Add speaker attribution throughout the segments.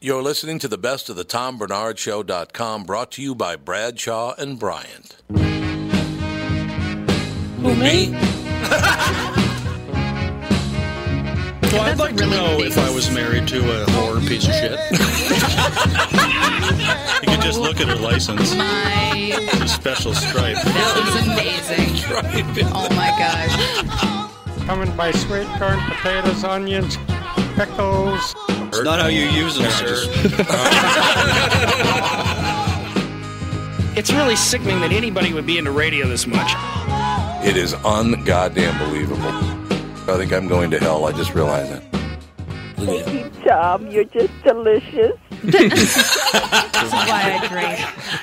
Speaker 1: You're listening to the best of the TomBernardShow.com brought to you by Bradshaw and Bryant.
Speaker 2: Who, me? So I'd like to know if I was married to a whore piece of shit. you could just look at her license.
Speaker 3: My,
Speaker 2: It's a special stripe.
Speaker 3: that was amazing. Oh my gosh.
Speaker 4: coming by sweet corn, potatoes, onions, pickles.
Speaker 2: It's not how you use them, sir.
Speaker 5: It's really sickening that anybody would be into radio this much.
Speaker 1: It is ungoddamn believable. I think I'm going to hell. I just realized it. Look at that.
Speaker 6: Tom, you're just delicious.
Speaker 3: This is why I drink.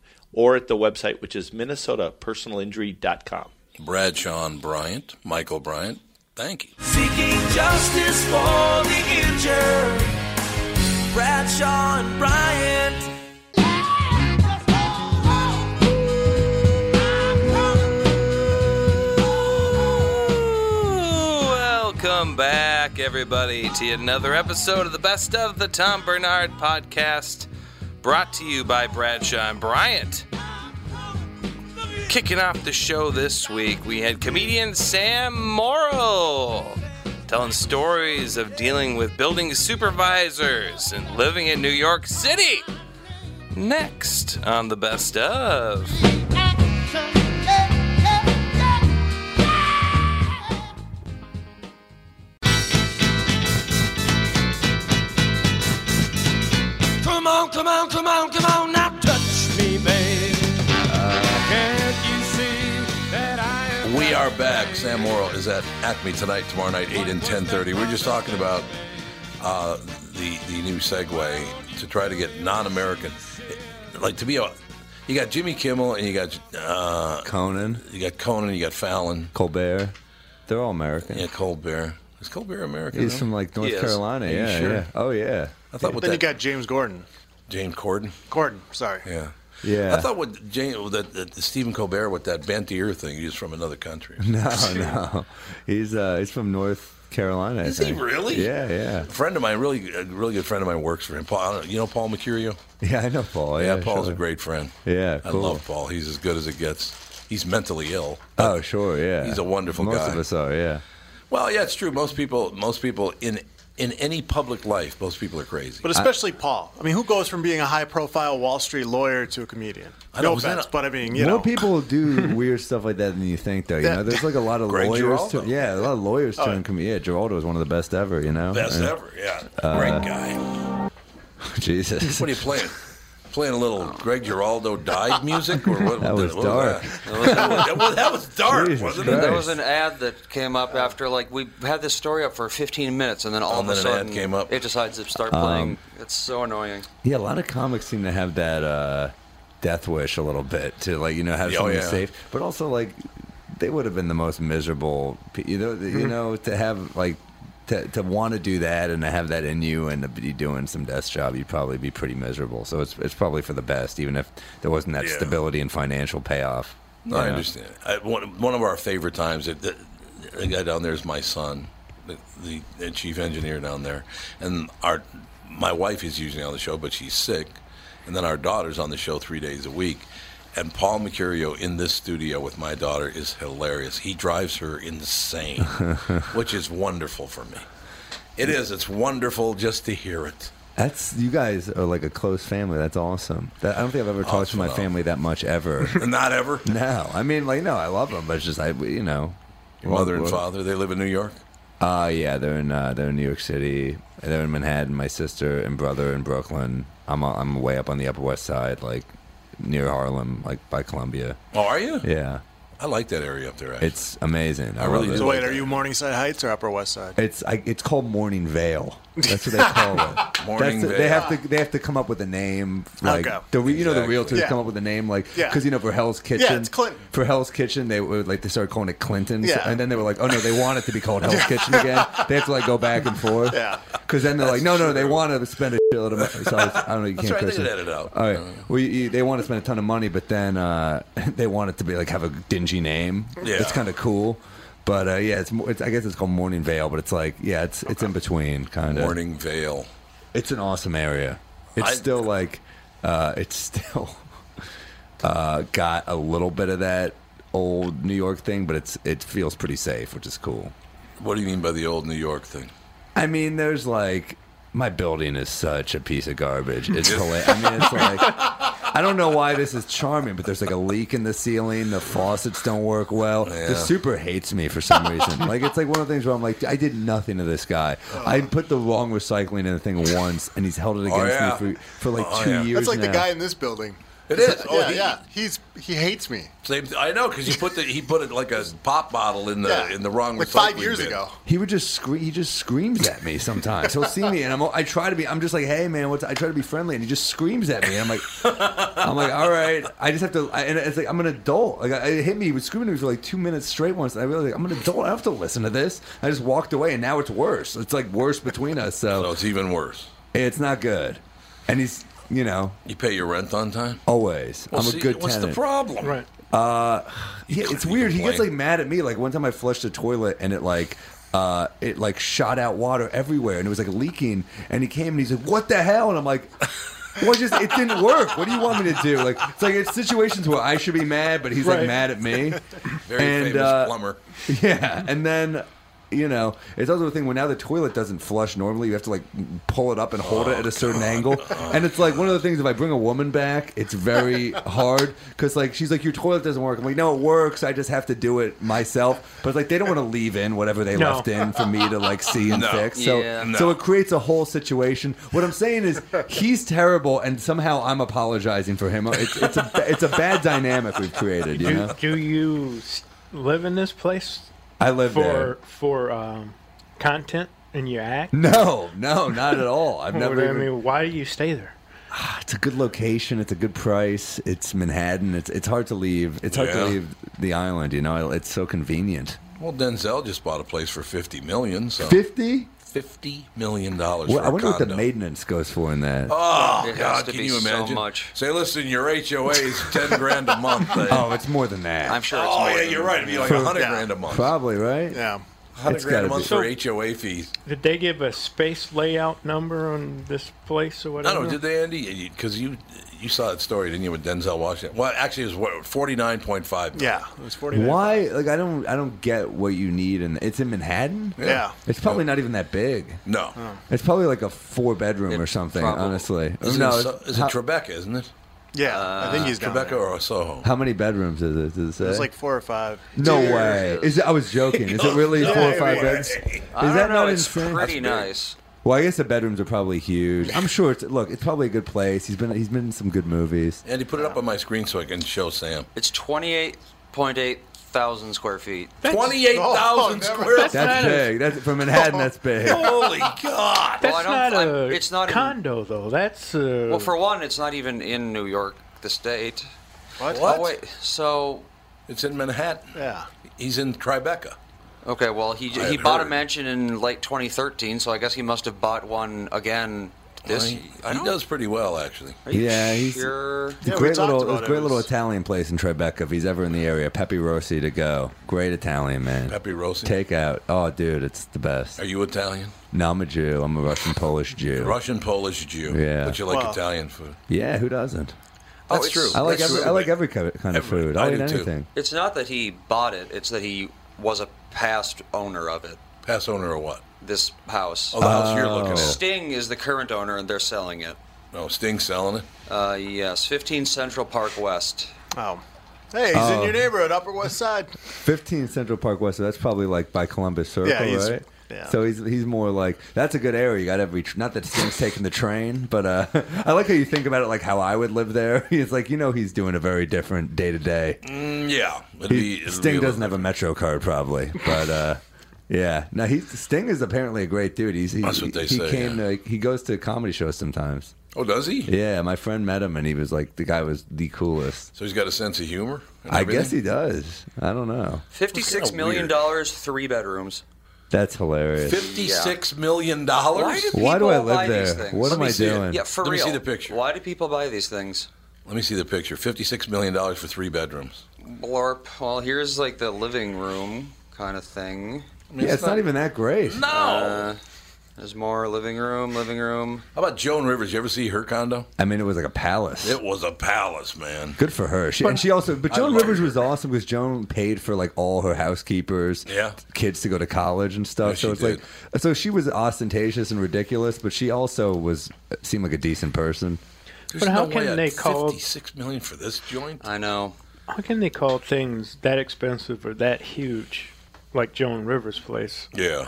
Speaker 7: or at the website, which is minnesotapersonalinjury.com.
Speaker 1: Brad Sean Bryant, Michael Bryant. Thank you.
Speaker 8: Seeking justice for the injured. Bradshaw and Bryant. Welcome back, everybody, to another episode of the Best of the Tom Bernard Podcast, brought to you by Bradshaw and Bryant. Kicking off the show this week, we had comedian Sam Morrill telling stories of dealing with building supervisors and living in New York City. Next on the best of. Come on, come on, come on, come on, now touch me, babe. Can't you see that I am?
Speaker 1: We are back. Sam Morrill is at Acme tonight, tomorrow night, eight and ten thirty. We're just talking about uh, the the new segue to try to get non-American, like to be a. You got Jimmy Kimmel and you got uh,
Speaker 9: Conan,
Speaker 1: you got Conan, you got Fallon,
Speaker 9: Colbert, they're all American.
Speaker 1: yeah, Colbert. Is Colbert American?
Speaker 9: He's
Speaker 1: though?
Speaker 9: from like
Speaker 1: He
Speaker 9: North
Speaker 1: is.
Speaker 9: Carolina.
Speaker 1: Are you
Speaker 9: Yeah,
Speaker 1: sure?
Speaker 9: yeah. Oh yeah.
Speaker 1: I thought with
Speaker 10: Then you
Speaker 1: that
Speaker 10: got James Gordon.
Speaker 1: James Corden.
Speaker 10: Gordon, sorry.
Speaker 1: Yeah.
Speaker 9: Yeah.
Speaker 1: I thought with James that, that Stephen Colbert with that bent ear thing, he's from another country.
Speaker 9: No, no. He's uh he's from North Carolina. I
Speaker 1: Is he
Speaker 9: think.
Speaker 1: really?
Speaker 9: Yeah, yeah.
Speaker 1: A friend of mine, really, a really good friend of mine, works for him. Paul, I don't know, you know Paul Mercurio?
Speaker 9: Yeah, I know Paul.
Speaker 1: Yeah,
Speaker 9: Yeah,
Speaker 1: Paul's
Speaker 9: sure.
Speaker 1: a great friend.
Speaker 9: Yeah,
Speaker 1: I
Speaker 9: cool.
Speaker 1: love Paul. He's as good as it gets. He's mentally ill.
Speaker 9: Oh, sure, yeah.
Speaker 1: He's a wonderful
Speaker 9: Most
Speaker 1: guy.
Speaker 9: of us are, yeah.
Speaker 1: Well, yeah, it's true. Most people, most people in in any public life, most people are crazy.
Speaker 10: But especially Paul. I mean, who goes from being a high profile Wall Street lawyer to a comedian?
Speaker 1: I know,
Speaker 10: no
Speaker 1: was that
Speaker 10: offense,
Speaker 1: a-
Speaker 10: but I mean, you
Speaker 9: More
Speaker 10: know.
Speaker 9: people do weird stuff like that than you think, though. You
Speaker 10: Yeah.
Speaker 9: know, there's like a lot of
Speaker 1: Greg
Speaker 9: lawyers.
Speaker 1: Giraldo. Oh,
Speaker 9: turn- yeah, a lot of lawyers turn. com yeah, Geraldo is one of the best ever. You know,
Speaker 1: Best
Speaker 9: And- uh,
Speaker 1: ever. Yeah, great guy.
Speaker 9: Jesus.
Speaker 1: What are you playing? playing a little Greg Giraldo died music, or what?
Speaker 9: That
Speaker 1: what
Speaker 9: was
Speaker 1: what
Speaker 9: dark.
Speaker 1: That? was, that was- well, that was dark,
Speaker 9: Jesus
Speaker 1: wasn't it?
Speaker 9: Christ.
Speaker 11: There was an ad that came up after like we had this story up for 15 minutes, and then all of a
Speaker 1: then an ad
Speaker 11: sudden came up. it decides to start
Speaker 9: Um,
Speaker 11: playing. it's so annoying.
Speaker 9: Yeah, a lot of comics seem to have that uh, death wish a little bit to like you know have
Speaker 11: Yeah, oh,
Speaker 9: something
Speaker 11: yeah.
Speaker 9: safe, but also like they would have been the most miserable. pe- You know, you
Speaker 1: Hmm.
Speaker 11: Mhm.
Speaker 9: know to have like to to want to do that and to have that in you and to be doing some desk job, you'd probably be pretty miserable. So it's it's probably for the best, even if there wasn't that
Speaker 1: Yeah.
Speaker 9: stability and financial payoff.
Speaker 1: No,
Speaker 9: you
Speaker 1: I
Speaker 9: know?
Speaker 1: understand. I, one, one of our favorite times, it, the, the guy down there is my son, the, the, the chief engineer down there, and our my wife is usually on the show, but she's sick, and then our daughter's on the show three days a week. And Paul Mercurio in this studio with my daughter is hilarious. He drives her insane, which is wonderful for me. It is. It's wonderful just to hear it.
Speaker 9: That's you guys are like a close family. That's awesome. That, I don't think I've ever
Speaker 1: Oh,
Speaker 9: talked to my
Speaker 1: phenomenal.
Speaker 9: family that much ever.
Speaker 1: Not ever.
Speaker 9: No, I mean like no, I love them, but it's just I you know,
Speaker 1: Your mother and father, they live in New York.
Speaker 9: Uh yeah, they're in uh, they're in New York City. They're in Manhattan. My sister and brother in Brooklyn. I'm uh, I'm way up on the Upper West Side, like near Harlem, like by Columbia.
Speaker 1: Oh, are you?
Speaker 9: Yeah,
Speaker 1: I like that area up there. Actually.
Speaker 9: it's amazing. I,
Speaker 1: I really
Speaker 9: love it.
Speaker 10: So wait, are you Morningside Heights or Upper West Side?
Speaker 9: It's I, it's called Morning Vale. That's what they call it.
Speaker 10: Morning
Speaker 9: That's the- They
Speaker 10: Vale.
Speaker 9: have to they have to come up with a name like
Speaker 10: Okay.
Speaker 9: the re, you know the
Speaker 10: Exactly.
Speaker 9: realtors
Speaker 10: Yeah.
Speaker 9: come up with a name like
Speaker 10: Yeah.
Speaker 9: because you know for Hell's Kitchen
Speaker 10: Yeah, it's Clinton.
Speaker 9: for Hell's Kitchen they would like they started calling it Clinton's
Speaker 10: Yeah.
Speaker 9: and then they were like oh no they want it to be called Hell's Kitchen again they have to like go back and forth
Speaker 10: Yeah.
Speaker 9: because then they're like no no they want to spend a shitload of money so I, was- I don't know you
Speaker 1: That's
Speaker 9: can't
Speaker 1: right, they
Speaker 9: curse
Speaker 1: can
Speaker 9: it.
Speaker 1: edit out.
Speaker 9: all right Oh, well you, you- they want to spend a ton of money but then uh, they want it to be like have a dingy name
Speaker 1: Yeah.
Speaker 9: it's kind of cool. But uh, yeah, it's, mo- it's I guess it's called Morning Vale, but it's like yeah, it's it's in between kind of.
Speaker 1: Morning Vale.
Speaker 9: It's an awesome area. It's
Speaker 1: I-
Speaker 9: still like uh, it's still uh, got a little bit of that old New York thing, but it's it feels pretty safe, which is cool.
Speaker 1: What do you mean by the old New York thing?
Speaker 9: I mean, there's like my building is such a piece of garbage. It's hilarious. I mean, it's like I don't know why this is charming, but there's like a leak in the ceiling. The faucets don't work well.
Speaker 1: Yeah.
Speaker 9: The super hates me for some reason. like it's like one of the things where I'm like, I did nothing to this guy. I put the wrong recycling in the thing once, and he's held it
Speaker 1: Oh,
Speaker 9: against
Speaker 1: yeah.
Speaker 9: me for, for like
Speaker 1: Oh,
Speaker 9: two
Speaker 1: yeah.
Speaker 9: years.
Speaker 10: That's like the
Speaker 9: now.
Speaker 10: guy in this building.
Speaker 1: It is. Oh,
Speaker 10: yeah,
Speaker 1: he-
Speaker 10: yeah. He's he hates me.
Speaker 1: Same. I know because you put the he put it like a pop bottle in the
Speaker 10: Yeah,
Speaker 1: in the wrong
Speaker 10: like five
Speaker 1: recycling
Speaker 10: years
Speaker 1: bin.
Speaker 10: ago.
Speaker 9: He would just scream. He just screams at me sometimes. He'll see me, and I'm. I try to be. I'm just like, hey man, what's? I try to be friendly, and he just screams at me. And I'm like, I'm like, all right. I just have to. I, and it's like I'm an adult. Like I, it hit me. He was screaming at me for like two minutes straight once. And I realized like, I'm an adult. I don't have to listen to this. I just walked away, and now it's worse. It's like worse between us. So,
Speaker 1: it's even worse.
Speaker 9: It's not good. And he's, you know,
Speaker 1: You pay your rent on time.
Speaker 9: always.
Speaker 1: Well,
Speaker 9: I'm
Speaker 1: see,
Speaker 9: a good
Speaker 1: What's
Speaker 9: tenant.
Speaker 1: the problem? Right.
Speaker 9: Uh, yeah, it's weird. He gets
Speaker 1: complain.
Speaker 9: like mad at me. Like one time I flushed the toilet and it like. Uh, it like shot out water everywhere and it was like leaking and he came and he's like what the hell and i'm like well just it didn't work what do you want me to do like it's like it's situations where i should be mad but he's
Speaker 1: Right.
Speaker 9: like mad at me
Speaker 1: Very
Speaker 9: and,
Speaker 1: famous
Speaker 9: uh,
Speaker 1: plumber.
Speaker 9: yeah, and then you know it's also the thing when now the toilet doesn't flush normally. You have to like pull it up and hold it at a
Speaker 1: Oh,
Speaker 9: certain angle, and it's like one of the things. If I bring a woman back, it's very hard because like she's like your toilet doesn't work. I'm like no, it works. I just have to do it myself. But it's like they don't want to leave in whatever they
Speaker 1: No.
Speaker 9: left in for me to like see and
Speaker 1: No.
Speaker 9: fix. So
Speaker 1: Yeah. No.
Speaker 9: so it creates a whole situation. What I'm saying is he's terrible, and somehow I'm apologizing for him. It's, it's a it's a bad dynamic we've created. You
Speaker 4: do,
Speaker 9: know,
Speaker 4: do you s- live in this place
Speaker 9: Uh-huh. I live
Speaker 4: for
Speaker 9: there.
Speaker 4: for um, content in your act?
Speaker 9: No, no, not at all. I've
Speaker 4: Well,
Speaker 9: never.
Speaker 4: I
Speaker 9: even-
Speaker 4: mean, why do you stay there?
Speaker 9: it's a good location. It's a good price. It's Manhattan. It's it's hard to leave. It's hard
Speaker 1: Yeah.
Speaker 9: to leave the island. You know, it's so convenient.
Speaker 1: Well, Denzel just bought a place for fifty million. So
Speaker 9: 50?
Speaker 1: Fifty million dollars.
Speaker 9: Well,
Speaker 1: for
Speaker 9: I wonder
Speaker 1: a
Speaker 9: what the
Speaker 1: condo.
Speaker 9: maintenance goes for in that.
Speaker 1: Oh
Speaker 11: It has
Speaker 1: God!
Speaker 11: to
Speaker 1: Can
Speaker 11: be
Speaker 1: you
Speaker 11: so
Speaker 1: imagine?
Speaker 11: much.
Speaker 1: Say, listen, your HOA is ten grand a month. eh?
Speaker 9: Oh, it's more than that.
Speaker 11: I'm sure. It's
Speaker 1: oh
Speaker 11: more
Speaker 1: yeah,
Speaker 11: than-
Speaker 1: you're right. It'd be like
Speaker 9: For-
Speaker 1: a hundred
Speaker 9: Yeah.
Speaker 1: grand a month.
Speaker 9: Probably right.
Speaker 10: Yeah,
Speaker 1: Hundred
Speaker 9: It's
Speaker 1: grand a
Speaker 9: gotta
Speaker 1: month
Speaker 9: be.
Speaker 1: for HOA fees.
Speaker 4: Did they give a space layout number on this place or
Speaker 1: I
Speaker 4: whatever?
Speaker 1: don't know. Did they, Andy? Because you you saw that story, didn't you, with Denzel Washington? Well, actually, it was what forty nine point five.
Speaker 10: Yeah, it was forty.
Speaker 9: Why? Like, I don't, I don't get what you need, and it's in Manhattan.
Speaker 10: Yeah.
Speaker 9: it's probably not even that big.
Speaker 1: No,
Speaker 9: It's probably like a four bedroom or something. Honestly,
Speaker 1: Is
Speaker 9: no.
Speaker 1: it,
Speaker 9: it's-
Speaker 1: so- is it
Speaker 9: how,
Speaker 1: Tribeca? Isn't it?
Speaker 10: Yeah, I think he's down
Speaker 1: Tribeca or Soho.
Speaker 9: how many bedrooms is it? Does it say?
Speaker 10: It was like four or five.
Speaker 9: No
Speaker 10: Dude.
Speaker 9: way. Is it, I was joking. Is it really
Speaker 10: Yeah,
Speaker 9: four or
Speaker 10: yeah,
Speaker 9: five
Speaker 10: yeah.
Speaker 9: beds? Is
Speaker 11: I
Speaker 9: that
Speaker 11: don't know.
Speaker 9: not
Speaker 11: It's
Speaker 9: insane?
Speaker 11: pretty nice.
Speaker 9: Well, I guess the bedrooms are probably huge. I'm sure. It's, look, it's probably a good place. He's been he's been in some good movies.
Speaker 1: Andy, put it up on my screen so I can show Sam.
Speaker 11: It's 28.8 thousand square feet.
Speaker 1: Twenty-eight
Speaker 12: Oh,
Speaker 1: thousand square feet.
Speaker 9: That's, big. That's for Manhattan. That's big.
Speaker 1: Holy God!
Speaker 11: Well, I
Speaker 13: That's
Speaker 11: don't-
Speaker 13: not
Speaker 11: I'm-
Speaker 13: a
Speaker 11: it's not in-
Speaker 13: condo, though. That's uh,
Speaker 11: Well, for one, it's not even in New York, the state.
Speaker 1: What?
Speaker 11: Oh, wait. So
Speaker 1: it's in Manhattan.
Speaker 11: Yeah.
Speaker 1: He's in Tribeca.
Speaker 11: Okay. Well, he
Speaker 1: I
Speaker 11: he
Speaker 1: had
Speaker 11: bought a
Speaker 1: heard.
Speaker 11: mansion in late 2013, so I guess he must have bought one again. This
Speaker 1: Well, he- he does pretty well, actually.
Speaker 11: Are you
Speaker 9: Yeah, he's
Speaker 11: sure?
Speaker 9: it's a great little, it's a great little Italian place in Tribeca. If he's ever in the area, Pepe Rossi to go. Great Italian man.
Speaker 1: Pepe Rossi?
Speaker 9: takeout. Oh, dude, it's the best.
Speaker 1: Are you Italian?
Speaker 9: No, I'm a Jew. I'm a Russian Polish Jew.
Speaker 1: Russian, Polish, Jew.
Speaker 9: Yeah.
Speaker 1: But you like
Speaker 9: Well-
Speaker 1: Italian food.
Speaker 9: Yeah, who doesn't?
Speaker 11: Oh, That's it's- true.
Speaker 9: I like
Speaker 11: that's
Speaker 9: every,
Speaker 11: true.
Speaker 9: I like every kind of kind of food.
Speaker 1: I
Speaker 9: I'll eat
Speaker 1: do too.
Speaker 9: anything.
Speaker 11: It's not that he bought it; it's that he was a past owner of it.
Speaker 1: Past owner of what?
Speaker 11: This house.
Speaker 1: Oh, the house you're looking at.
Speaker 11: Sting is the current owner, and they're selling it.
Speaker 1: No, Sting's selling it.
Speaker 11: Uh, yes, 15 Central Park West.
Speaker 10: Oh. Hey, he's in
Speaker 9: Oh.
Speaker 10: your neighborhood, Upper West Side.
Speaker 9: 15 Central Park West. So that's probably like by Columbus Circle,
Speaker 10: Yeah, he's-
Speaker 9: right?
Speaker 10: yeah.
Speaker 9: So he's he's more like that's a good area. You got every tr- not that Sting's taking the train, but uh, I like how you think about it like how I would live there. It's like you know he's doing a very different day to day.
Speaker 1: Mm, yeah. It'd
Speaker 9: He-
Speaker 1: be, it'd be
Speaker 9: Sting
Speaker 1: a little-
Speaker 9: doesn't have a Metro card, probably, but uh, yeah. No, he's Sting is apparently a great dude. He's he,
Speaker 1: That's what they
Speaker 9: he
Speaker 1: say,
Speaker 9: Came to, he goes to comedy shows sometimes.
Speaker 1: Oh, does he?
Speaker 9: Yeah, my friend met him and he was like the guy was the coolest.
Speaker 1: So he's got a sense of humor. and
Speaker 9: I guess
Speaker 1: everything?
Speaker 9: he does. I don't know.
Speaker 11: Fifty-six
Speaker 1: kinda
Speaker 11: million
Speaker 1: weird.
Speaker 11: dollars, three bedrooms.
Speaker 9: That's hilarious.
Speaker 1: Fifty-six million dollars.
Speaker 11: Why do,
Speaker 9: Why do
Speaker 11: people
Speaker 9: I live
Speaker 11: buy these
Speaker 9: there?
Speaker 11: things?
Speaker 9: What am I
Speaker 1: see it.
Speaker 9: doing?
Speaker 11: Yeah, for
Speaker 1: Let me
Speaker 11: real.
Speaker 1: see the picture.
Speaker 11: Why do people buy these things?
Speaker 1: Let me see the picture. Fifty-six million dollars for three bedrooms.
Speaker 11: Blorp. Well, here's like the living room kind of thing.
Speaker 9: yeah, it's not, even that great.
Speaker 11: No. Uh, there's more living room, living room.
Speaker 1: How about Joan Rivers? You ever see her condo?
Speaker 9: I mean, it was like a palace.
Speaker 1: It was a palace, man.
Speaker 9: Good for her. She, and she also, but
Speaker 1: I
Speaker 9: Joan
Speaker 1: love
Speaker 9: Rivers was awesome because Joan paid for like all her housekeepers,
Speaker 1: Yeah.
Speaker 9: kids to go to college and stuff.
Speaker 1: Yeah, she
Speaker 9: so it's
Speaker 1: did.
Speaker 9: like, so she was ostentatious and ridiculous, but she also was seemed like a decent person.
Speaker 1: There's
Speaker 13: But how
Speaker 1: no way
Speaker 13: can
Speaker 1: I'd-
Speaker 13: they call-
Speaker 1: fifty-six million for this joint?
Speaker 11: I know.
Speaker 13: how can they call things that expensive or that huge, like Joan Rivers' place,
Speaker 1: Yeah.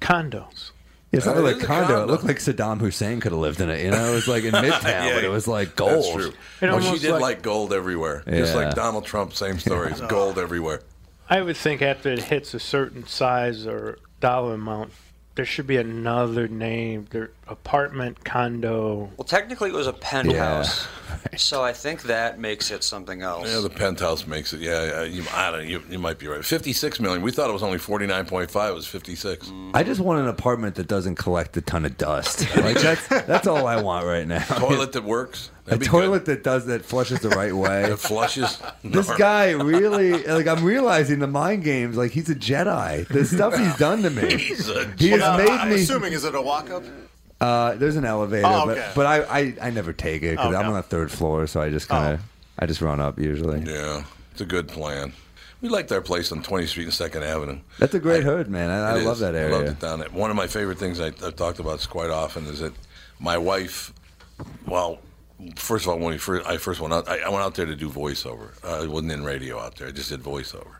Speaker 13: condos?
Speaker 9: Yeah, it's not
Speaker 13: Uh,
Speaker 9: really
Speaker 13: it
Speaker 9: a
Speaker 13: is a
Speaker 9: condo. It
Speaker 13: condo.
Speaker 9: looked like Saddam Hussein could have lived in it. You know, it was like in Midtown,
Speaker 1: Yeah,
Speaker 9: but it was like gold.
Speaker 1: That's true.
Speaker 13: It
Speaker 1: Well, she
Speaker 13: almost
Speaker 1: did like,
Speaker 13: like-
Speaker 1: gold everywhere, just
Speaker 9: Yeah.
Speaker 1: like Donald Trump. Same story. It's gold everywhere.
Speaker 13: I would think after it hits a certain size or dollar amount, there should be another name. Their apartment, condo.
Speaker 11: Well, technically it was a penthouse, so I think that makes it something else.
Speaker 1: Yeah, the penthouse makes it. Yeah, uh, you, I don't. You, you might be right. Fifty-six million. We thought it was only forty-nine point five. It was fifty-six.
Speaker 9: I just want an apartment that doesn't collect a ton of dust. Like that's that's all I want right now.
Speaker 1: Toilet that works.
Speaker 9: a toilet that does that flushes the right way.
Speaker 1: It flushes.
Speaker 9: This guy really, like, I'm realizing the mind games. Like, he's a Jedi. The stuff he's done to me.
Speaker 10: He's a
Speaker 9: he
Speaker 10: Well,
Speaker 9: has made
Speaker 10: I'm
Speaker 9: me.
Speaker 10: assuming, is it a walk up?
Speaker 9: uh, there's an elevator,
Speaker 10: Oh, okay.
Speaker 9: but, but I, I, I never take it because
Speaker 10: Oh,
Speaker 9: I'm
Speaker 10: no.
Speaker 9: on the third floor, so I just kind of, I just run up usually.
Speaker 1: Oh. Yeah, it's a good plan. We liked our place on 20th Street and Second Avenue.
Speaker 9: That's a great hood, man. I, I
Speaker 1: It
Speaker 9: love
Speaker 1: is.
Speaker 9: that
Speaker 1: I loved
Speaker 9: area.
Speaker 1: it down there. One of my favorite things I, I've talked about this quite often is that my wife. Well, first of all, when we first, I first went out, I, I went out there to do voiceover. Uh, I wasn't in radio out there. I just did voiceover.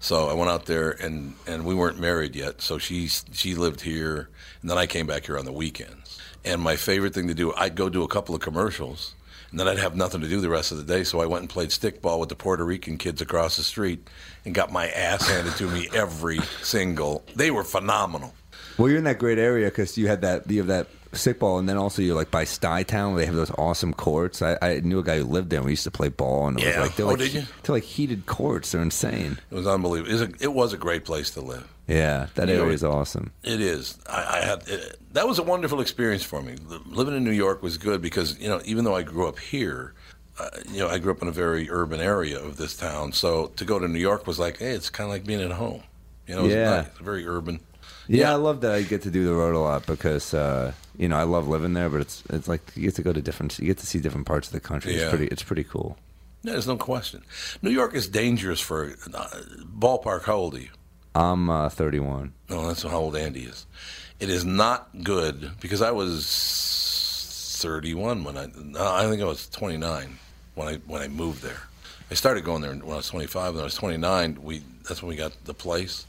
Speaker 1: So I went out there, and and we weren't married yet. So she she lived here, and then I came back here on the weekends. And my favorite thing to do, I'd go do a couple of commercials. And then I'd have nothing to do the rest of the day, so I went and played stickball with the Puerto Rican kids across the street, and got my ass handed to me every single. They were phenomenal.
Speaker 9: Well, you're in that great area because you had that, you have that sick ball, and then also you're like by Stuytown. Town. They have those awesome courts. I, I knew a guy who lived there. and We used to play ball, and it
Speaker 1: Yeah.
Speaker 9: was like they're
Speaker 1: Oh,
Speaker 9: like,
Speaker 1: did you?
Speaker 9: they're like heated courts. They're insane.
Speaker 1: It was unbelievable. It was a, it was a great place to live.
Speaker 9: Yeah, that
Speaker 1: You know,
Speaker 9: area is awesome.
Speaker 1: It is. I, I had it, that was a wonderful experience for me. Li- Living in New York was good because you know, even though I grew up here, uh, you know, I grew up in a very urban area of this town. So to go to New York was like, hey, it's kind of like being at home. You know, it was
Speaker 9: Yeah.
Speaker 1: nice, very urban.
Speaker 9: Yeah, I love that I get to do the road a lot because uh, you know I love living there, but it's it's like you get to go to different, you get to see different parts of the country.
Speaker 1: Yeah.
Speaker 9: It's pretty, it's pretty cool.
Speaker 1: Yeah, there's no question. New York is dangerous for uh, ballpark. How old are you?
Speaker 9: I'm uh, 31.
Speaker 1: No, that's how old Andy is. It is not good because I was 31 when I. no, I think I was 29 when I when I moved there. I started going there when I was 25. When I was 29, we that's when we got the place.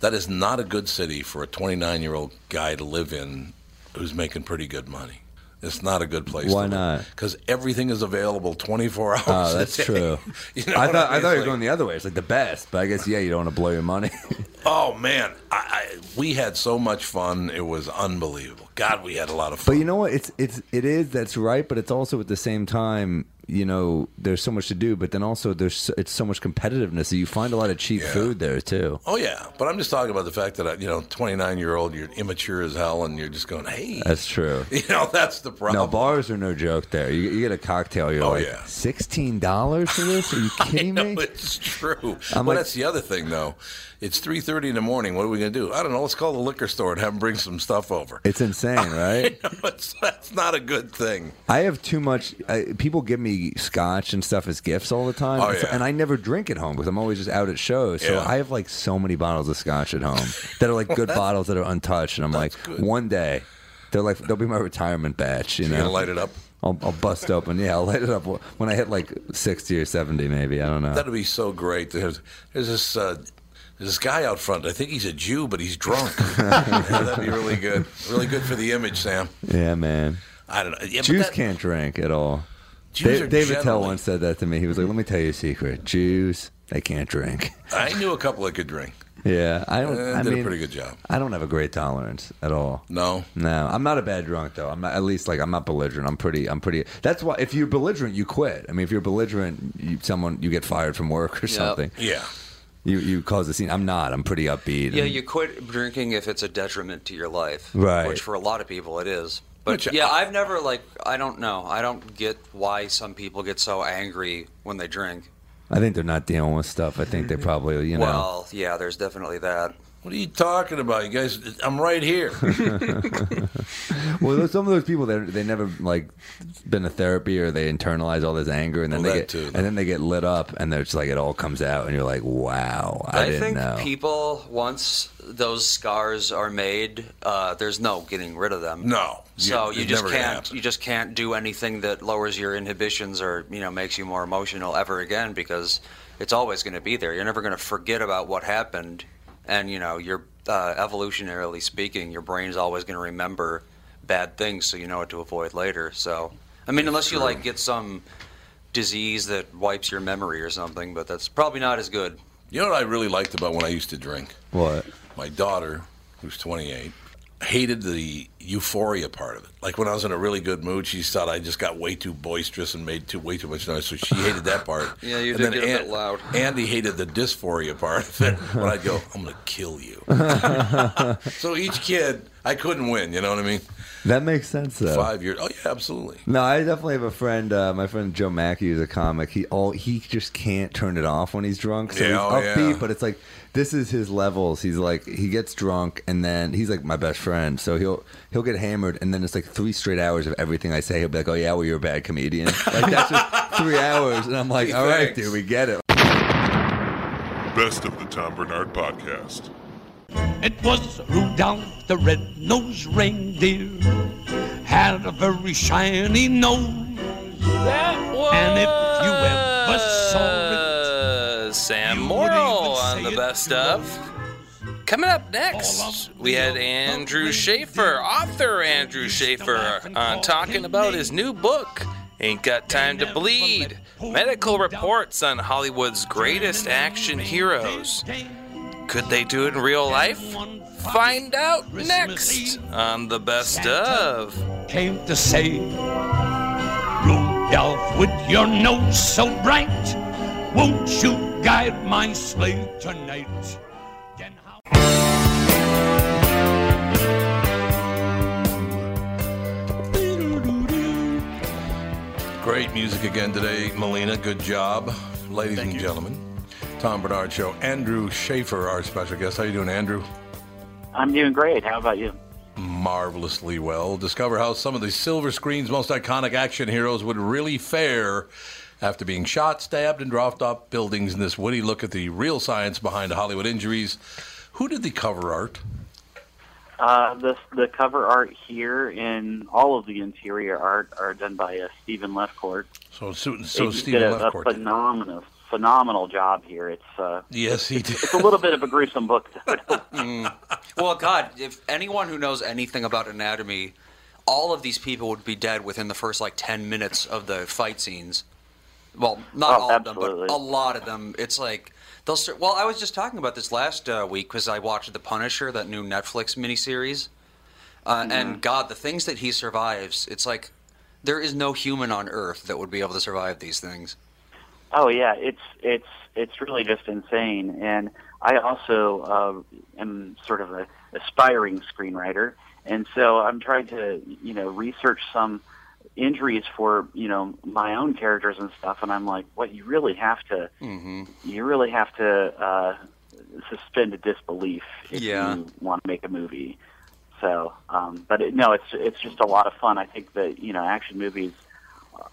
Speaker 1: That is not a good city for a 29 year old guy to live in who's making pretty good money. It's not a good place.
Speaker 9: Why not?
Speaker 1: Because everything is available 24 hours.
Speaker 9: Oh,
Speaker 1: a
Speaker 9: that's
Speaker 1: day.
Speaker 9: true.
Speaker 1: You know
Speaker 9: I
Speaker 1: what
Speaker 9: thought
Speaker 1: mean?
Speaker 9: I, thought
Speaker 1: It's
Speaker 9: you were
Speaker 1: like-
Speaker 9: going the other way. It's like the best, but I guess yeah, you don't want to blow your money.
Speaker 1: Oh man, I, I, we had so much fun. It was unbelievable. God, we had a lot of fun.
Speaker 9: but you know what? It's it's it is that's right, but it's also at the same time, you know, there's so much to do, but then also there's so- it's so much competitiveness that you find a lot of cheap food there too.
Speaker 1: Oh yeah, but I'm just talking about the fact that I, you know, 29 year old, you're immature as hell, and you're just going, hey,
Speaker 9: That's true.
Speaker 1: you know, that's the problem.
Speaker 9: No bars are no joke. There, you, you get a cocktail. You're
Speaker 1: Oh,
Speaker 9: like
Speaker 1: yeah.
Speaker 9: sixteen dollars for this? Are you kidding me?
Speaker 1: It's true. well,
Speaker 9: I'm like-
Speaker 1: that's the other thing, though. It's three thirty in the morning. What are we going to do? I don't know. Let's call the liquor store and have them bring some stuff over.
Speaker 9: It's insane, right?
Speaker 1: That's- that's not a good thing.
Speaker 9: I have too much. I, people give me scotch and stuff as gifts all the time,
Speaker 1: Oh,
Speaker 9: It's-
Speaker 1: yeah.
Speaker 9: and I never drink at home because I'm always just out at shows. So
Speaker 1: Yeah.
Speaker 9: I have like so many bottles of scotch at home that are like good
Speaker 1: That's-
Speaker 9: bottles that are untouched, and I'm like, one day they're like they'll be my retirement batch. You
Speaker 1: You
Speaker 9: know,
Speaker 1: gonna light it up?
Speaker 9: I'll, I'll bust open. Yeah, I'll light it up when I hit like sixty or seventy, maybe. I don't know.
Speaker 1: That'd be so great. There's, there's this uh, there's this guy out front. I think he's a Jew, but he's drunk. That'd be really good. Really good for the image, Sam.
Speaker 9: yeah, man.
Speaker 1: I don't know. Uh, Yeah, but
Speaker 9: Jews
Speaker 1: that-
Speaker 9: can't drink at all.
Speaker 1: Jews
Speaker 9: Da-
Speaker 1: are
Speaker 9: David Tell
Speaker 1: generally-
Speaker 9: once said that to me. He was like, "Let me tell you a secret. Jews, they can't drink."
Speaker 1: I knew a couple that could drink.
Speaker 9: Yeah, I don't.
Speaker 1: Uh,
Speaker 9: I
Speaker 1: did a
Speaker 9: mean,
Speaker 1: pretty good job.
Speaker 9: I don't have a great tolerance at all.
Speaker 1: No,
Speaker 9: no, I'm not a bad drunk though. I'm not, at least like I'm not belligerent. I'm pretty. I'm pretty. That's why if you're belligerent, you quit. I mean, if you're belligerent, you, someone you get fired from work or
Speaker 11: Yep.
Speaker 9: something.
Speaker 1: Yeah.
Speaker 9: You you cause a scene. I'm not. I'm pretty upbeat.
Speaker 11: Yeah,
Speaker 9: and-
Speaker 11: you quit drinking if it's a detriment to your life,
Speaker 9: Right.
Speaker 11: Which for a lot of people it is. But
Speaker 1: uh,
Speaker 9: Which I-
Speaker 11: yeah, I've never like I don't know. I don't get why some people get so angry when they drink.
Speaker 9: I think they're not dealing with stuff. I think they probably you know.
Speaker 11: Well, yeah, there's definitely that.
Speaker 1: What are you talking about, you guys? I'm right here.
Speaker 9: well, those- some of those people they they never like been to therapy or they internalize all this anger and then
Speaker 1: Well,
Speaker 9: they
Speaker 1: that too.
Speaker 9: get and then they get lit up and they're just like it all comes out and you're like wow I,
Speaker 11: I,
Speaker 9: didn't
Speaker 11: think
Speaker 9: know
Speaker 11: people once those scars are made, uh, there's no getting rid of them.
Speaker 1: No,
Speaker 11: So
Speaker 1: you-
Speaker 11: you
Speaker 1: it's
Speaker 11: just
Speaker 1: never gonna
Speaker 11: can't you just can't do anything that lowers your inhibitions or you know makes you more emotional ever again because it's always going to be there. You're never going to forget about what happened, and you know your uh, evolutionarily speaking, your brain's always going to remember bad things, so you know what to avoid later. So I mean, unless you
Speaker 14: True.
Speaker 11: like get some disease that wipes your memory or something, but that's probably not as good.
Speaker 1: You know what I really liked about when I used to drink?
Speaker 9: what
Speaker 1: My daughter, who's 28, hated the euphoria part of it. Like when I was in a really good mood, she thought I just got way too boisterous and made too way too much noise, so she hated that part.
Speaker 11: Yeah, you
Speaker 1: and then
Speaker 11: did get a bit
Speaker 1: An-
Speaker 11: loud.
Speaker 1: Andy hated the dysphoria part of it. When I'd go, I'm gonna kill you. so each kid, I couldn't win. You know what I mean?
Speaker 9: that makes sense though
Speaker 1: Five years. Oh yeah, absolutely.
Speaker 9: No, I definitely have a friend. Uh, my friend Joe Mackey is a comic. He all he just can't turn it off when he's drunk. So
Speaker 1: Yeah, oh,
Speaker 9: he's upbeat,
Speaker 1: yeah.
Speaker 9: but it's like this is his levels. He's like he gets drunk and then he's like my best friend. So he'll he'll get hammered and then it's like three straight hours of everything I say. He'll be like, "Oh yeah, well you're a bad comedian." Like that's just three hours, and I'm like,
Speaker 15: Gee,
Speaker 9: "All right,
Speaker 15: thanks."
Speaker 9: dude, we get it."
Speaker 15: Best of the Tom Bernard Podcast.
Speaker 12: It was Rudolph the red-nosed reindeer had a very shiny nose.
Speaker 8: That was
Speaker 12: And if you ever saw it,
Speaker 8: uh, Sam Morrill on the best of. Coming up next, we had Andrew Schaefer, author Andrew Schaefer, on talking about his new book, Ain't Got Time to Bleed Medical Reports on Hollywood's Greatest Action Heroes. Could they do it in real life? Find out next on The Best of.
Speaker 12: came to say, Rudolph, with your nose so bright, won't you guide my sleigh tonight?
Speaker 1: Great music again today, Melina. Good job, ladies and gentlemen. Tom Bernard Show. Andrew Schaefer, our special guest. How you doing, Andrew?
Speaker 16: I'm doing great. How about you?
Speaker 1: Marvelously well. Discover how some of the silver screen's most iconic action heroes would really fare after being shot, stabbed, and dropped off buildings in this witty look at the real science behind Hollywood injuries. Who did the cover art?
Speaker 16: Uh, this, the cover art here and all of the interior art are done by uh, Stephen Lefcourt.
Speaker 1: So, so, so
Speaker 16: He
Speaker 1: Stephen
Speaker 16: did a, a
Speaker 1: Lefcourt.
Speaker 16: phenomenal, phenomenal job here. It's uh,
Speaker 1: yes, he did.
Speaker 16: It's a little bit of a gruesome book.
Speaker 11: Mm. Well, God, if anyone who knows anything about anatomy, all of these people would be dead within the first like ten minutes of the fight scenes. Well, not
Speaker 16: Oh,
Speaker 11: all of them,
Speaker 16: absolutely.
Speaker 11: but a lot of them. It's like they'll. Start, well, I was just talking about this last uh, week because I watched The Punisher, that new Netflix miniseries, uh,
Speaker 16: Mm-hmm.
Speaker 11: and God, the things that he survives. It's like there is no human on Earth that would be able to survive these things.
Speaker 16: Oh yeah, it's it's it's really just insane. And I also uh, am sort of a aspiring screenwriter, and so I'm trying to you know research some injuries for you know my own characters and stuff. And I'm like, what you really have to
Speaker 11: Mm-hmm.
Speaker 16: you really have to uh, suspend a disbelief if
Speaker 11: Yeah.
Speaker 16: you want to make a movie. So, um, but it, no, it's it's just a lot of fun. I think that you know action movies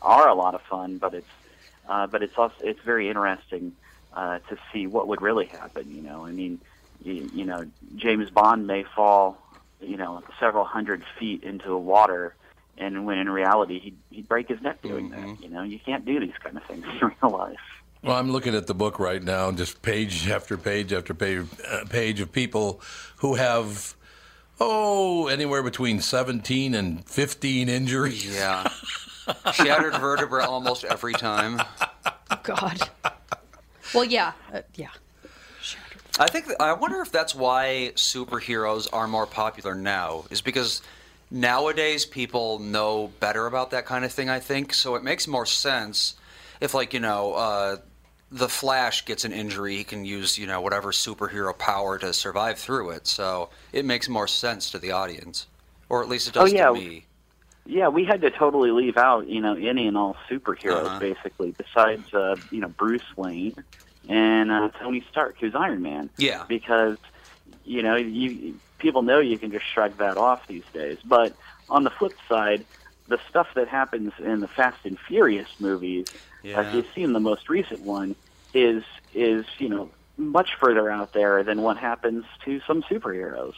Speaker 16: are a lot of fun, but it's uh, but it's also it's very interesting uh, to see what would really happen. You know, I mean, you, you know, James Bond may fall, you know, several hundred feet into the water, and when in reality he'd, he'd break his neck doing that. You know, you can't do these kind of things in real life.
Speaker 1: Well, I'm looking at the book right now, just page after page after page, uh, page of people who have oh anywhere between 17 and 15 injuries.
Speaker 11: Yeah, shattered vertebra almost every time.
Speaker 3: God. Well, yeah, uh, yeah.
Speaker 11: I think I wonder if that's why superheroes are more popular now is because nowadays people know better about that kind of thing. I think so. It makes more sense if, like, you know, uh, the Flash gets an injury, he can use you know whatever superhero power to survive through it. So it makes more sense to the audience, or at least it
Speaker 16: Oh,
Speaker 11: does
Speaker 16: yeah.
Speaker 11: to me.
Speaker 16: Yeah, we had to totally leave out, you know, any and all superheroes
Speaker 11: Uh-huh.
Speaker 16: basically, besides uh, you know Bruce Wayne and uh, Tony Stark, who's Iron Man.
Speaker 11: Yeah.
Speaker 16: because you know you people know you can just shrug that off these days. But on the flip side, the stuff that happens in the Fast and Furious movies,
Speaker 11: Yeah.
Speaker 16: if you've seen the most recent one, is is you know much further out there than what happens to some superheroes.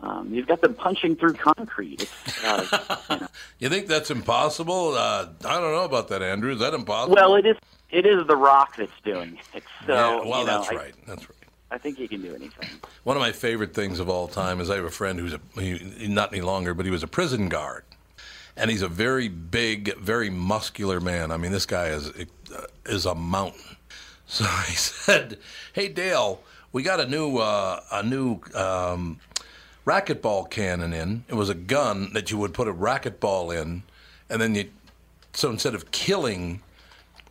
Speaker 16: Um, you've got them punching through concrete. It's, uh,
Speaker 1: You think that's impossible? Uh, I don't know about that, Andrew. Is that impossible?
Speaker 16: Well, it is. It is the Rock that's doing it. So,
Speaker 1: Yeah, well,
Speaker 16: you know,
Speaker 1: that's
Speaker 16: I-
Speaker 1: right. That's right.
Speaker 16: I think he can do anything.
Speaker 1: One of my favorite things of all time is I have a friend who's a, he, not any longer, but he was a prison guard. And he's a very big, very muscular man. I mean, this guy is uh, is a mountain. So I said, "Hey Dale, we got a new uh, a new um, racquetball cannon in. It was a gun that you would put a racquetball in, and then you so instead of killing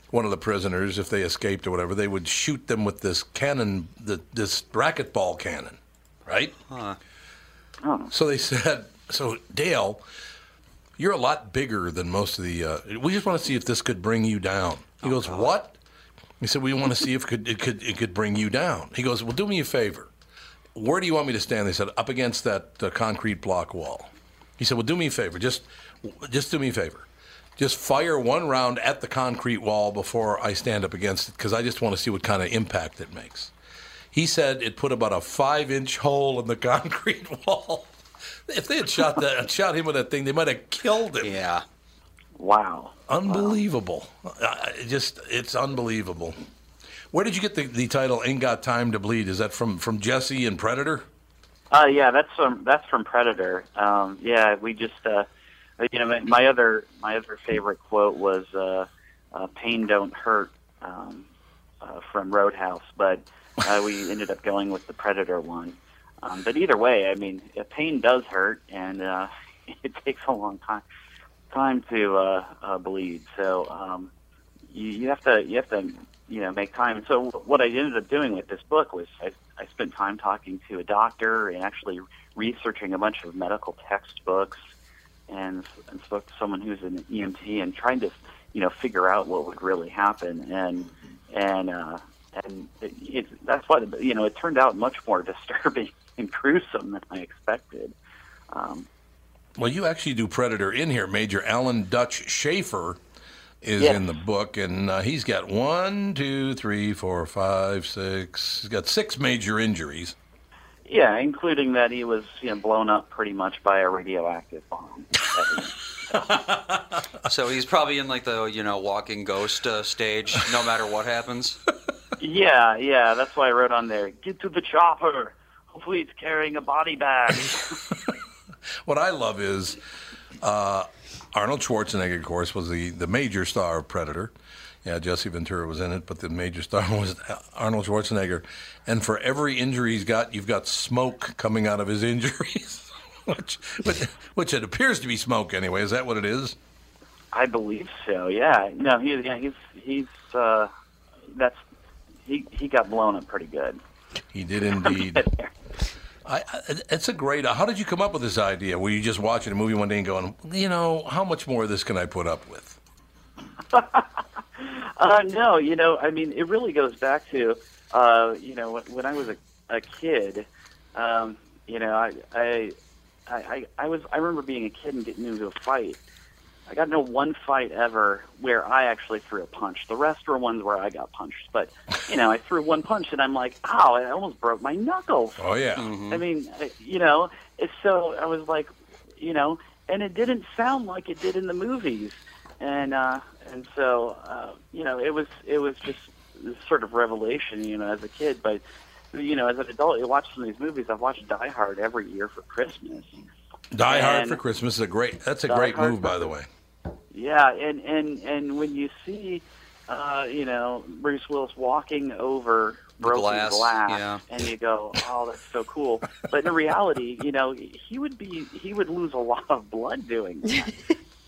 Speaker 1: one of the prisoners if they escaped or whatever, they would shoot them with this cannon, the, this racquetball cannon, right? So they said, so Dale, you're a lot bigger than most of the. Uh, we just want to see if this could bring you down. He goes, what? He said, we want to see if it could, it could it could bring you down. He goes, well, do me a favor. Where do you want me to stand? They said, up against that uh, concrete block wall. He said, well, do me a favor. Just just do me a favor. Just fire one round at the concrete wall before I stand up against it because I just want to see what kind of impact it makes. He said it put about a five inch hole in the concrete wall. If they had shot that, shot him with that thing, they might have killed him.
Speaker 11: Yeah.
Speaker 16: Wow.
Speaker 1: Unbelievable. Uh, it just, it's unbelievable. Where did you get the, the title "Ain't Got Time to Bleed"? Is that from from Jesse and Predator?
Speaker 16: Uh, yeah, that's from that's from Predator. Um, yeah, we just uh, you know my, my other my other favorite quote was uh, uh, "Pain don't hurt" um, uh, from Roadhouse, but uh, we ended up going with the Predator one. Um, but either way, I mean, uh, pain does hurt, and uh, it takes a long time time to uh, uh, bleed. So um, you, you have to you have to you know make time. So what I ended up doing with this book was I, I spent time talking to a doctor and actually researching a bunch of medical textbooks and, and spoke to someone who's an EMT and trying to you know figure out what would really happen and and uh, and it, it, that's why you know it turned out much more disturbing and gruesome than I expected. Um,
Speaker 1: Well, you actually do Predator in here. Major Alan Dutch Schaefer is
Speaker 16: Yes.
Speaker 1: in the book, and uh, he's got one, two, three, four, five, six. He's got six major injuries.
Speaker 16: Yeah, including that he was you know, blown up pretty much by a radioactive bomb.
Speaker 11: So he's probably in like the you know walking ghost uh, stage, no matter what happens.
Speaker 16: yeah, yeah. That's why I wrote on there. Get to the chopper. Hopefully, it's carrying a body bag.
Speaker 1: What I love is uh, Arnold Schwarzenegger, of course, was the, the major star of Predator. Yeah, Jesse Ventura was in it, but the major star was Arnold Schwarzenegger. And for every injury he's got, you've got smoke coming out of his injuries, which, which, which it appears to be smoke anyway. Is that what it is?
Speaker 16: I believe so. Yeah. No, he, yeah, he's he's uh, that's he he got blown up pretty good.
Speaker 1: He did indeed. I, I, it's a great. How did you come up with this idea? Were you just watching a movie one day and going, you know, how much more of this can I put up with?
Speaker 16: Uh, no, you know, I mean, it really goes back to, uh, you know, when, when I was a, a kid, um, you know, I, I, I, I was, I remember being a kid and getting into a fight. I got into one fight ever where I actually threw a punch. The rest were ones where I got punched, but you know, I threw one punch and I'm like, ow, I almost broke my knuckles.
Speaker 1: Oh yeah.
Speaker 16: I mean, I- you know, it's so I was like, you know, and it didn't sound like it did in the movies, and uh, and so uh, you know, it was it was just this sort of revelation, you know, as a kid. But you know, as an adult, you watch some of these movies. I've watched Die Hard every year for Christmas.
Speaker 1: Die Hard
Speaker 16: And-
Speaker 1: for Christmas is a great. That's a
Speaker 16: Die
Speaker 1: great
Speaker 16: Hard
Speaker 1: move, by the way.
Speaker 16: Yeah, and and and when you see, uh, you know, Bruce Willis walking over broken
Speaker 11: glass,
Speaker 16: glass,
Speaker 11: yeah.
Speaker 16: and you go, "Oh, that's so cool." But in reality, you know, he would be he would lose a lot of blood doing that.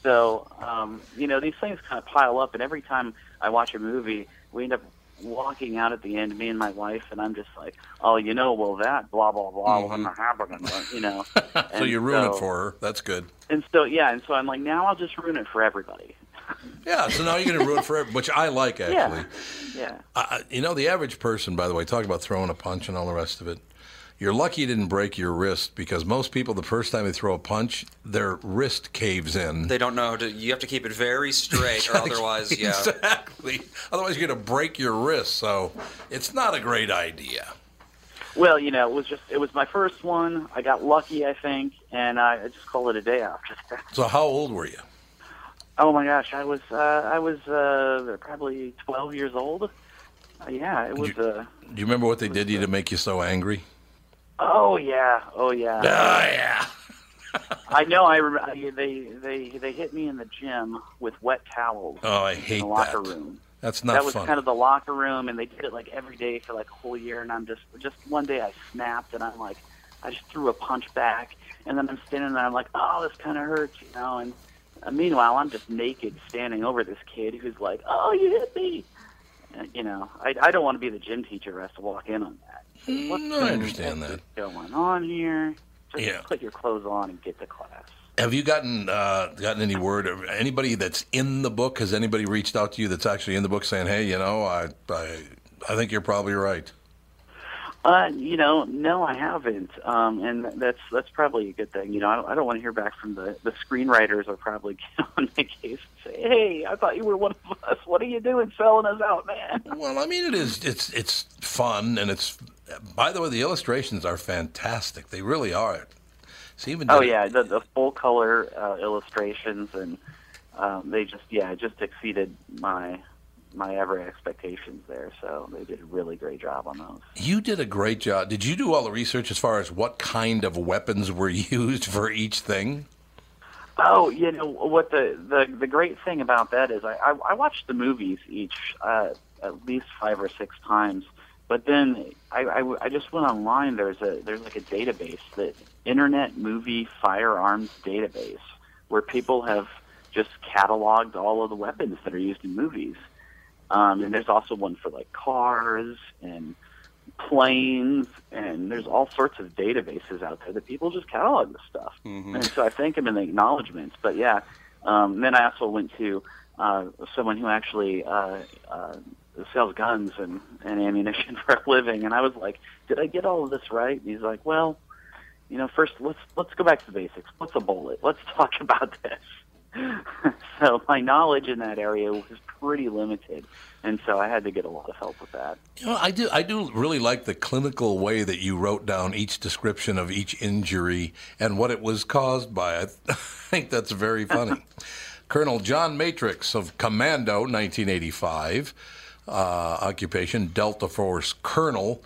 Speaker 16: so, um, you know, these things kind of pile up, and every time I watch a movie, we end up walking out at the end, me and my wife, and I'm just like, "Oh, you know, well that blah blah blah
Speaker 1: Mhm.
Speaker 16: wasn't happening," you know.
Speaker 1: so
Speaker 16: And
Speaker 1: you ruin
Speaker 16: so-
Speaker 1: it for her. That's good.
Speaker 16: And so yeah, and so I'm like, now I'll just ruin it for everybody.
Speaker 1: Yeah. So now you're going to ruin it for her, which I like actually.
Speaker 16: Yeah. Yeah.
Speaker 1: I, I- you know, the average person, by the way, talk about throwing a punch and all the rest of it. You're lucky you didn't break your wrist because most people, the first time they throw a punch, their wrist caves in.
Speaker 11: They don't know. how To, you have to keep it very straight, or otherwise, yeah.
Speaker 1: Exactly. Otherwise, you're going to break your wrist. So it's not a great idea.
Speaker 16: Well, you know, it was just it was my first one. I got lucky, I think, and I, I just called it a day after that.
Speaker 1: So how old were you?
Speaker 16: Oh my gosh, I was uh, I was uh, probably 12 years old. Uh, yeah, it was. Uh,
Speaker 1: Do you remember what they did to you to make you so angry?
Speaker 16: oh yeah, oh yeah.
Speaker 1: Oh yeah.
Speaker 16: I know. I remember they they they hit me in the gym with wet towels.
Speaker 1: Oh, I
Speaker 16: in
Speaker 1: hate
Speaker 16: the locker
Speaker 1: that.
Speaker 16: room.
Speaker 1: That's not
Speaker 16: that was
Speaker 1: fun.
Speaker 16: kind of the locker room, and they did it like every day for like a whole year. And I'm just, just one day I snapped, and I'm like, I just threw a punch back, and then I'm standing there, I'm like, oh, this kind of hurts, you know. And uh, meanwhile, I'm just naked standing over this kid who's like, oh, you hit me, Uh, you know. I, I don't want to be the gym teacher who has to walk in on that. What
Speaker 1: No, Mm, I understand that.
Speaker 16: going on here? Just
Speaker 1: Yeah.
Speaker 16: put your clothes on and get to class.
Speaker 1: Have you gotten uh, gotten any word? Or anybody that's in the book has anybody reached out to you that's actually in the book saying, "Hey, you know, I I, I think you're probably right."
Speaker 16: Uh, you know, no, I haven't, um, and that's that's probably a good thing. You know, I don't, I don't want to hear back from the the screenwriters. Are probably get on my case and say, "Hey, I thought you were one of us. What are you doing, selling us out, man?"
Speaker 1: Well, I mean, it is it's it's fun and it's. By the way, the illustrations are fantastic. They really are. See, even
Speaker 16: Oh yeah, the, the full color uh, illustrations and um, they just yeah it just exceeded my my ever expectations there. So they did a really great job on those.
Speaker 1: You did a great job. Did you do all the research as far as what kind of weapons were used for each thing?
Speaker 16: Oh, you know what the the, the great thing about that is I, I I watched the movies each uh, at least five or six times, but then I, I w- I just went online. There's a there's like a database, the Internet Movie Firearms Database, where people have just cataloged all of the weapons that are used in movies. Um, and there's also one for like cars and planes, and there's all sorts of databases out there that people just catalog this stuff. And so I thank him in the acknowledgments. But yeah, um, then I also went to uh, someone who actually uh, uh, sells guns and, and ammunition for a living, and I was like, "Did I get all of this right?" And he's like, "Well, you know, first let's let's go back to the basics. What's a bullet? Let's talk about this." so my knowledge in that area was pretty limited, and so I had to get a lot of help with that.
Speaker 1: You know, I do. I do really like the clinical way that you wrote down each description of each injury and what it was caused by. I, th- I think that's very funny. Colonel John Matrix of Commando, 1985. uh, occupation, Delta Force Colonel.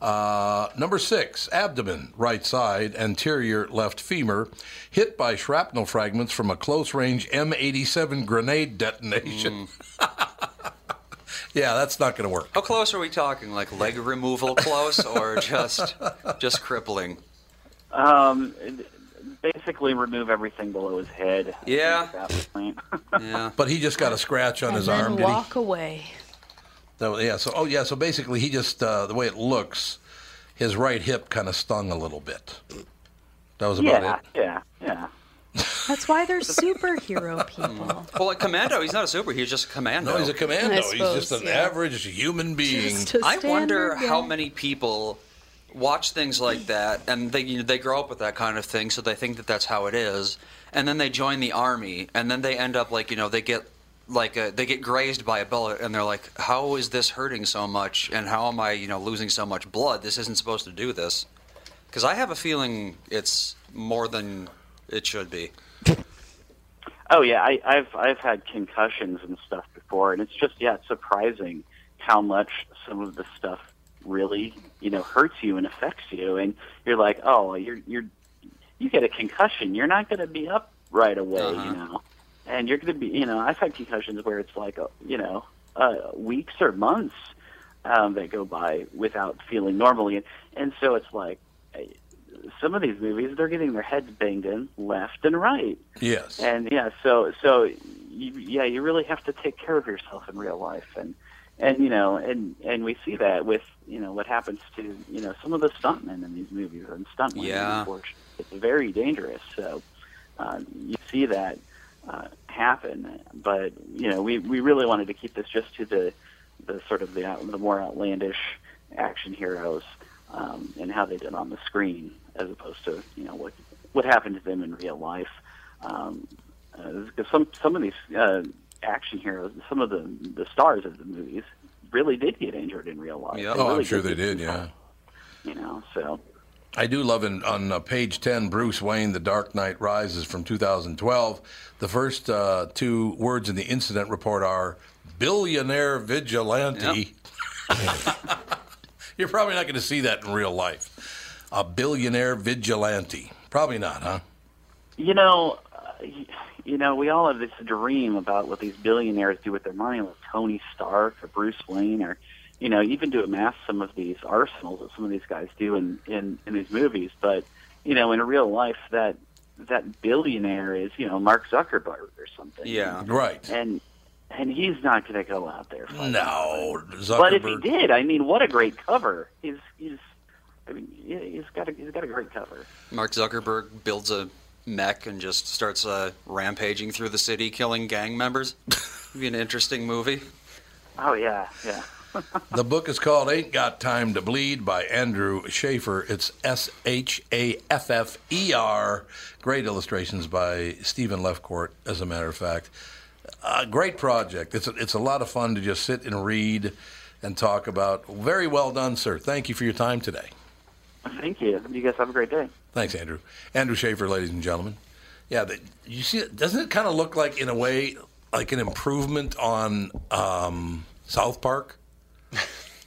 Speaker 1: Uh, number six, abdomen, right side, anterior left femur, hit by shrapnel fragments from a close range M87 grenade detonation. yeah, that's not going to work.
Speaker 11: How close are we talking? Like leg removal close, or just just crippling?
Speaker 16: Um, basically remove everything below his head.
Speaker 11: Yeah.
Speaker 16: At that point.
Speaker 11: yeah.
Speaker 1: But he just got a scratch on his
Speaker 14: then
Speaker 1: arm. did he?
Speaker 14: walk away.
Speaker 1: That was- yeah. So oh yeah. So basically, he just uh, the way it looks, his right hip kind of stung a little bit. That was about
Speaker 16: yeah,
Speaker 1: it.
Speaker 16: yeah, yeah.
Speaker 14: That's why they're superhero people.
Speaker 11: Well, a commando. He's not a super. He's just a commando.
Speaker 1: No, he's a commando.
Speaker 14: I
Speaker 1: he's just
Speaker 14: suppose,
Speaker 1: an
Speaker 14: yeah.
Speaker 1: average human being.
Speaker 11: I wonder how many people watch things like that and they you know, they grow up with that kind of thing, so they think that that's how it is, and then they join the army, and then they end up like you know they get like a, they get grazed by a bullet, and they're like, how is this hurting so much, and how am I you know losing so much blood? This isn't supposed to do this, because I have a feeling it's more than it should be.
Speaker 16: Oh yeah, I, I've I've had concussions and stuff before, and it's just yeah, it's surprising how much some of the stuff really you know hurts you and affects you, and you're like, oh, you're you're you get a concussion, you're not going to be up right away, you know, and you're going to be you know, I've had concussions where it's like uh, you know uh, weeks or months um, that go by without feeling normally, and, and so it's like. eh, Some of these movies, they're getting their heads banged in left and right.
Speaker 1: Yes.
Speaker 16: And yeah, so so you, yeah, you really have to take care of yourself in real life, and and you know, and and we see that with you know what happens to you know some of the stuntmen in these movies and stuntmen.
Speaker 11: Yeah.
Speaker 16: unfortunately, it's very dangerous. So uh, you see that uh, happen, but you know, we we really wanted to keep this just to the the sort of the out, the more outlandish action heroes um, and how they did on the screen, as opposed to you know what what happened to them in real life um, uh, 'cause some some of these uh, action heroes, some of the the stars of the movies, really did get injured in real life. They
Speaker 1: Oh, I'm
Speaker 16: really
Speaker 1: sure they did. Yeah.
Speaker 16: You know, so
Speaker 1: I do love in, on uh, page 10, Bruce Wayne, The Dark Knight Rises from 2012. The first uh, two words in the incident report are billionaire vigilante. You're probably not going to see that in real life. A billionaire vigilante. Probably not, huh?
Speaker 16: you know, uh, y- you know, we all have this dream about what these billionaires do with their money, like Tony Stark or Bruce Wayne, or you know, even to amass some of these arsenals that some of these guys do in in, in these movies. But you know, in real life, that that billionaire is you know Mark Zuckerberg or something.
Speaker 11: Yeah.
Speaker 1: Right.
Speaker 16: and and he's not going to go out there. fighting.
Speaker 1: No,
Speaker 16: but if he
Speaker 1: Zuckerberg-
Speaker 16: did, I mean, what a great cover! He's he's, I mean, yeah, he's got a, he's got a great cover.
Speaker 11: Mark Zuckerberg builds a mech and just starts uh, rampaging through the city, killing gang members. It'd be an interesting movie.
Speaker 16: Oh yeah, yeah.
Speaker 1: the book is called Ain't Got Time to Bleed by Andrew Schaefer. It's S H A F F E R. Great illustrations by Stephen Lefcourt, as a matter of fact. A great project. It's a, it's a lot of fun to just sit and read and talk about. Very well done, sir. Thank you for your time today.
Speaker 16: Thank you. You guys have a great day.
Speaker 1: Thanks, Andrew. Andrew Schaefer, ladies and gentlemen. Yeah, the, you see, doesn't it kind of look like, in a way, like an improvement on um, South Park?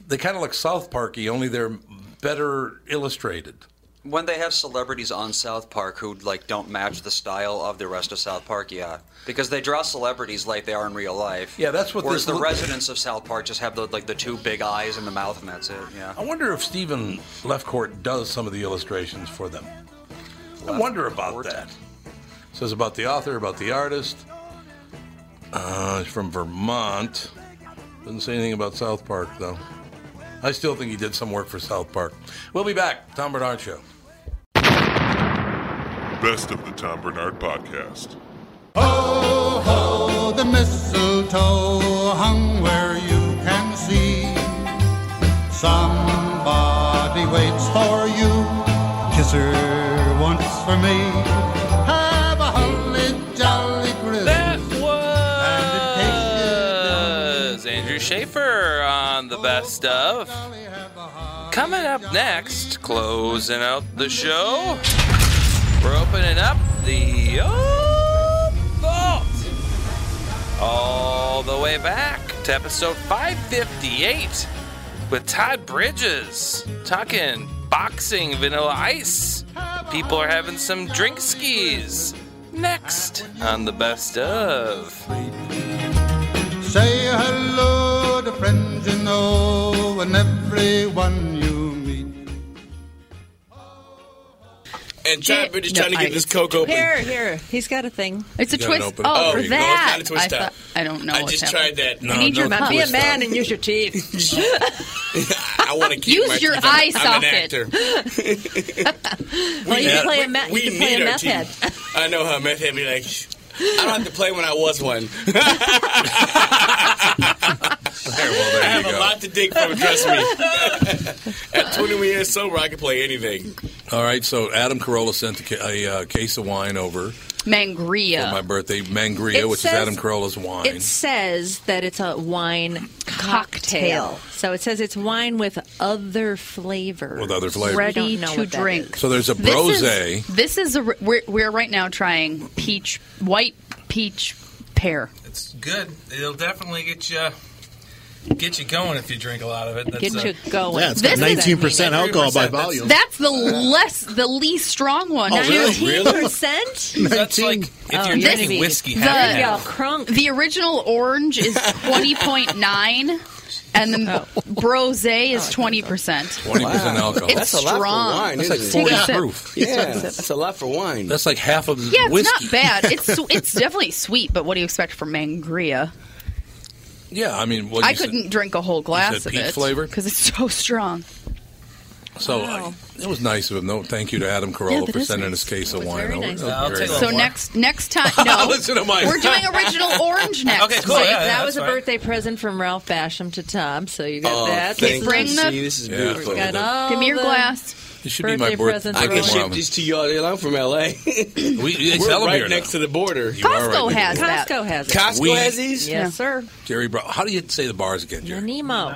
Speaker 1: they kind of look South Parky, only they're better illustrated.
Speaker 11: When they have celebrities on South Park who like don't match the style of the rest of South Park, yeah, because they draw celebrities like they are in real life.
Speaker 1: Yeah, that's what
Speaker 11: Whereas
Speaker 1: this
Speaker 11: the
Speaker 1: look-
Speaker 11: residents of South Park just have the like the two big eyes and the mouth, and that's it. Yeah.
Speaker 1: I wonder if Stephen Lefcourt does some of the illustrations for them. I wonder about that. says about the author, about the artist. Uh, he's from Vermont. Doesn't say anything about South Park, though. I still think he did some work for South Park. We'll be back. Tom Bernard Show.
Speaker 15: Best of the Tom Bernard Podcast.
Speaker 17: Ho, ho, the mistletoe hung where you can see. Somebody waits for you. Kiss her once for me. Have a holly jolly Christmas.
Speaker 8: was Andrew Schaefer on the best of. Coming up next, closing out the show, we're opening up oh, the old vault all the way back to episode 558 with Todd Bridges talking boxing, vanilla ice. People are having some drink skis. Next on the best of.
Speaker 17: Say hello to friends you know and everyone you meet.
Speaker 18: And Chad Bridges trying to
Speaker 3: No,
Speaker 18: get
Speaker 3: I-
Speaker 18: this Coke open.
Speaker 3: Here, here. He's got a thing. It's a
Speaker 18: You got it
Speaker 3: twist.
Speaker 18: open.
Speaker 3: Oh,
Speaker 18: Oh,
Speaker 3: for
Speaker 18: you go.
Speaker 3: that.
Speaker 18: It's not a twist
Speaker 3: I,
Speaker 18: up.
Speaker 3: thought- I don't know.
Speaker 18: I
Speaker 3: what's
Speaker 18: just
Speaker 3: happening.
Speaker 18: tried that. No,
Speaker 3: I need
Speaker 18: no
Speaker 3: your mouth.
Speaker 18: twist
Speaker 3: Be a
Speaker 18: up.
Speaker 3: man and use your teeth.
Speaker 18: I want to keep
Speaker 3: Use
Speaker 18: my
Speaker 3: your
Speaker 18: teeth. I'm-
Speaker 3: eye
Speaker 18: I'm an
Speaker 3: socket.
Speaker 18: actor.
Speaker 3: well, you
Speaker 18: Yeah.
Speaker 3: can play
Speaker 18: We-
Speaker 3: a, ma-
Speaker 18: we
Speaker 3: you can play
Speaker 18: need
Speaker 3: a
Speaker 18: our
Speaker 3: meth head.
Speaker 18: teeth. I know how meth head be like. I don't have to play when I was one. I have a lot to dig from. Trust me. At 21 years sober, I can play anything.
Speaker 1: All right, so Adam Carolla sent a, ca- a uh, case of wine over for
Speaker 3: Mangria.
Speaker 1: my birthday, Mangria,
Speaker 3: It
Speaker 1: which is
Speaker 3: says-
Speaker 1: Adam Carolla's wine.
Speaker 19: It says that it's a wine cocktail. So it says it's wine with other flavors.
Speaker 1: With other flavors.
Speaker 19: We
Speaker 3: Ready
Speaker 19: don't know
Speaker 3: to
Speaker 19: what that
Speaker 3: drink.
Speaker 1: so there's a brose.
Speaker 3: This is, this is a, we're, we're right now trying peach, white peach pear.
Speaker 18: It's good. It'll definitely get you get you going if you drink a lot of it. uh,
Speaker 3: Get you going.
Speaker 18: Yeah, it's
Speaker 3: This is-
Speaker 18: alcohol by volume.
Speaker 3: That's the less, the least strong one.
Speaker 18: Oh, really?
Speaker 3: 19%?
Speaker 18: That's like if
Speaker 3: Oh,
Speaker 18: you're
Speaker 3: you're
Speaker 18: drinking
Speaker 3: gonna be-
Speaker 18: whiskey.
Speaker 3: The,
Speaker 18: half and half.
Speaker 3: the original orange is 20.9 and the brose is 20%.
Speaker 1: 20% alcohol.
Speaker 3: It's strong.
Speaker 1: That's like
Speaker 3: Take
Speaker 1: 40
Speaker 3: a sip.
Speaker 1: proof.
Speaker 18: a lot for wine.
Speaker 1: That's like half of
Speaker 3: Yeah, it's
Speaker 1: whiskey.
Speaker 3: not bad. It's su- it's definitely sweet, but what do you expect from mangria?
Speaker 1: Yeah, I mean, what
Speaker 3: I
Speaker 1: you said-
Speaker 3: couldn't drink a whole glass
Speaker 1: said
Speaker 3: of
Speaker 1: peach
Speaker 3: it
Speaker 1: flavor?
Speaker 3: because it's so strong.
Speaker 1: So
Speaker 3: Wow.
Speaker 1: I, it was nice of him. No, thank you to Adam Carolla
Speaker 3: Oh. Yeah, that
Speaker 1: for
Speaker 3: is
Speaker 1: sending
Speaker 3: nice.
Speaker 1: us a case of wine.
Speaker 3: very
Speaker 1: over.
Speaker 3: nice.
Speaker 1: That was
Speaker 18: I'll
Speaker 1: very
Speaker 18: take
Speaker 1: nice.
Speaker 3: So next next time, no,
Speaker 1: Listen to Mike.
Speaker 3: we're doing original orange next.
Speaker 18: Okay, cool.
Speaker 3: week.
Speaker 18: Yeah, yeah,
Speaker 19: that was a
Speaker 18: that's fine.
Speaker 19: birthday present from Ralph Basham to Tom, so you got
Speaker 18: Oh,
Speaker 19: that.
Speaker 18: thank you.
Speaker 3: Bring the-
Speaker 18: See, this is
Speaker 1: Yeah,
Speaker 18: beautiful.
Speaker 1: Got
Speaker 19: all
Speaker 3: Give me your
Speaker 19: the-
Speaker 3: glass.
Speaker 1: This should
Speaker 19: be my birthday birth- presents
Speaker 18: I
Speaker 1: birthday
Speaker 18: can ship
Speaker 1: present.
Speaker 18: these to y'all. and I'm from LA.
Speaker 1: we,
Speaker 18: We're
Speaker 1: tell him
Speaker 18: right
Speaker 1: here
Speaker 18: next
Speaker 1: now.
Speaker 18: to the border.
Speaker 1: You are
Speaker 19: Costco
Speaker 1: right.
Speaker 19: has
Speaker 1: Costco
Speaker 19: Costco has it.
Speaker 18: Costco
Speaker 1: We-
Speaker 18: has these.
Speaker 19: Yes, sir.
Speaker 1: Jerry, Bro- how do you say the bars again, Jerry?
Speaker 19: Nemo.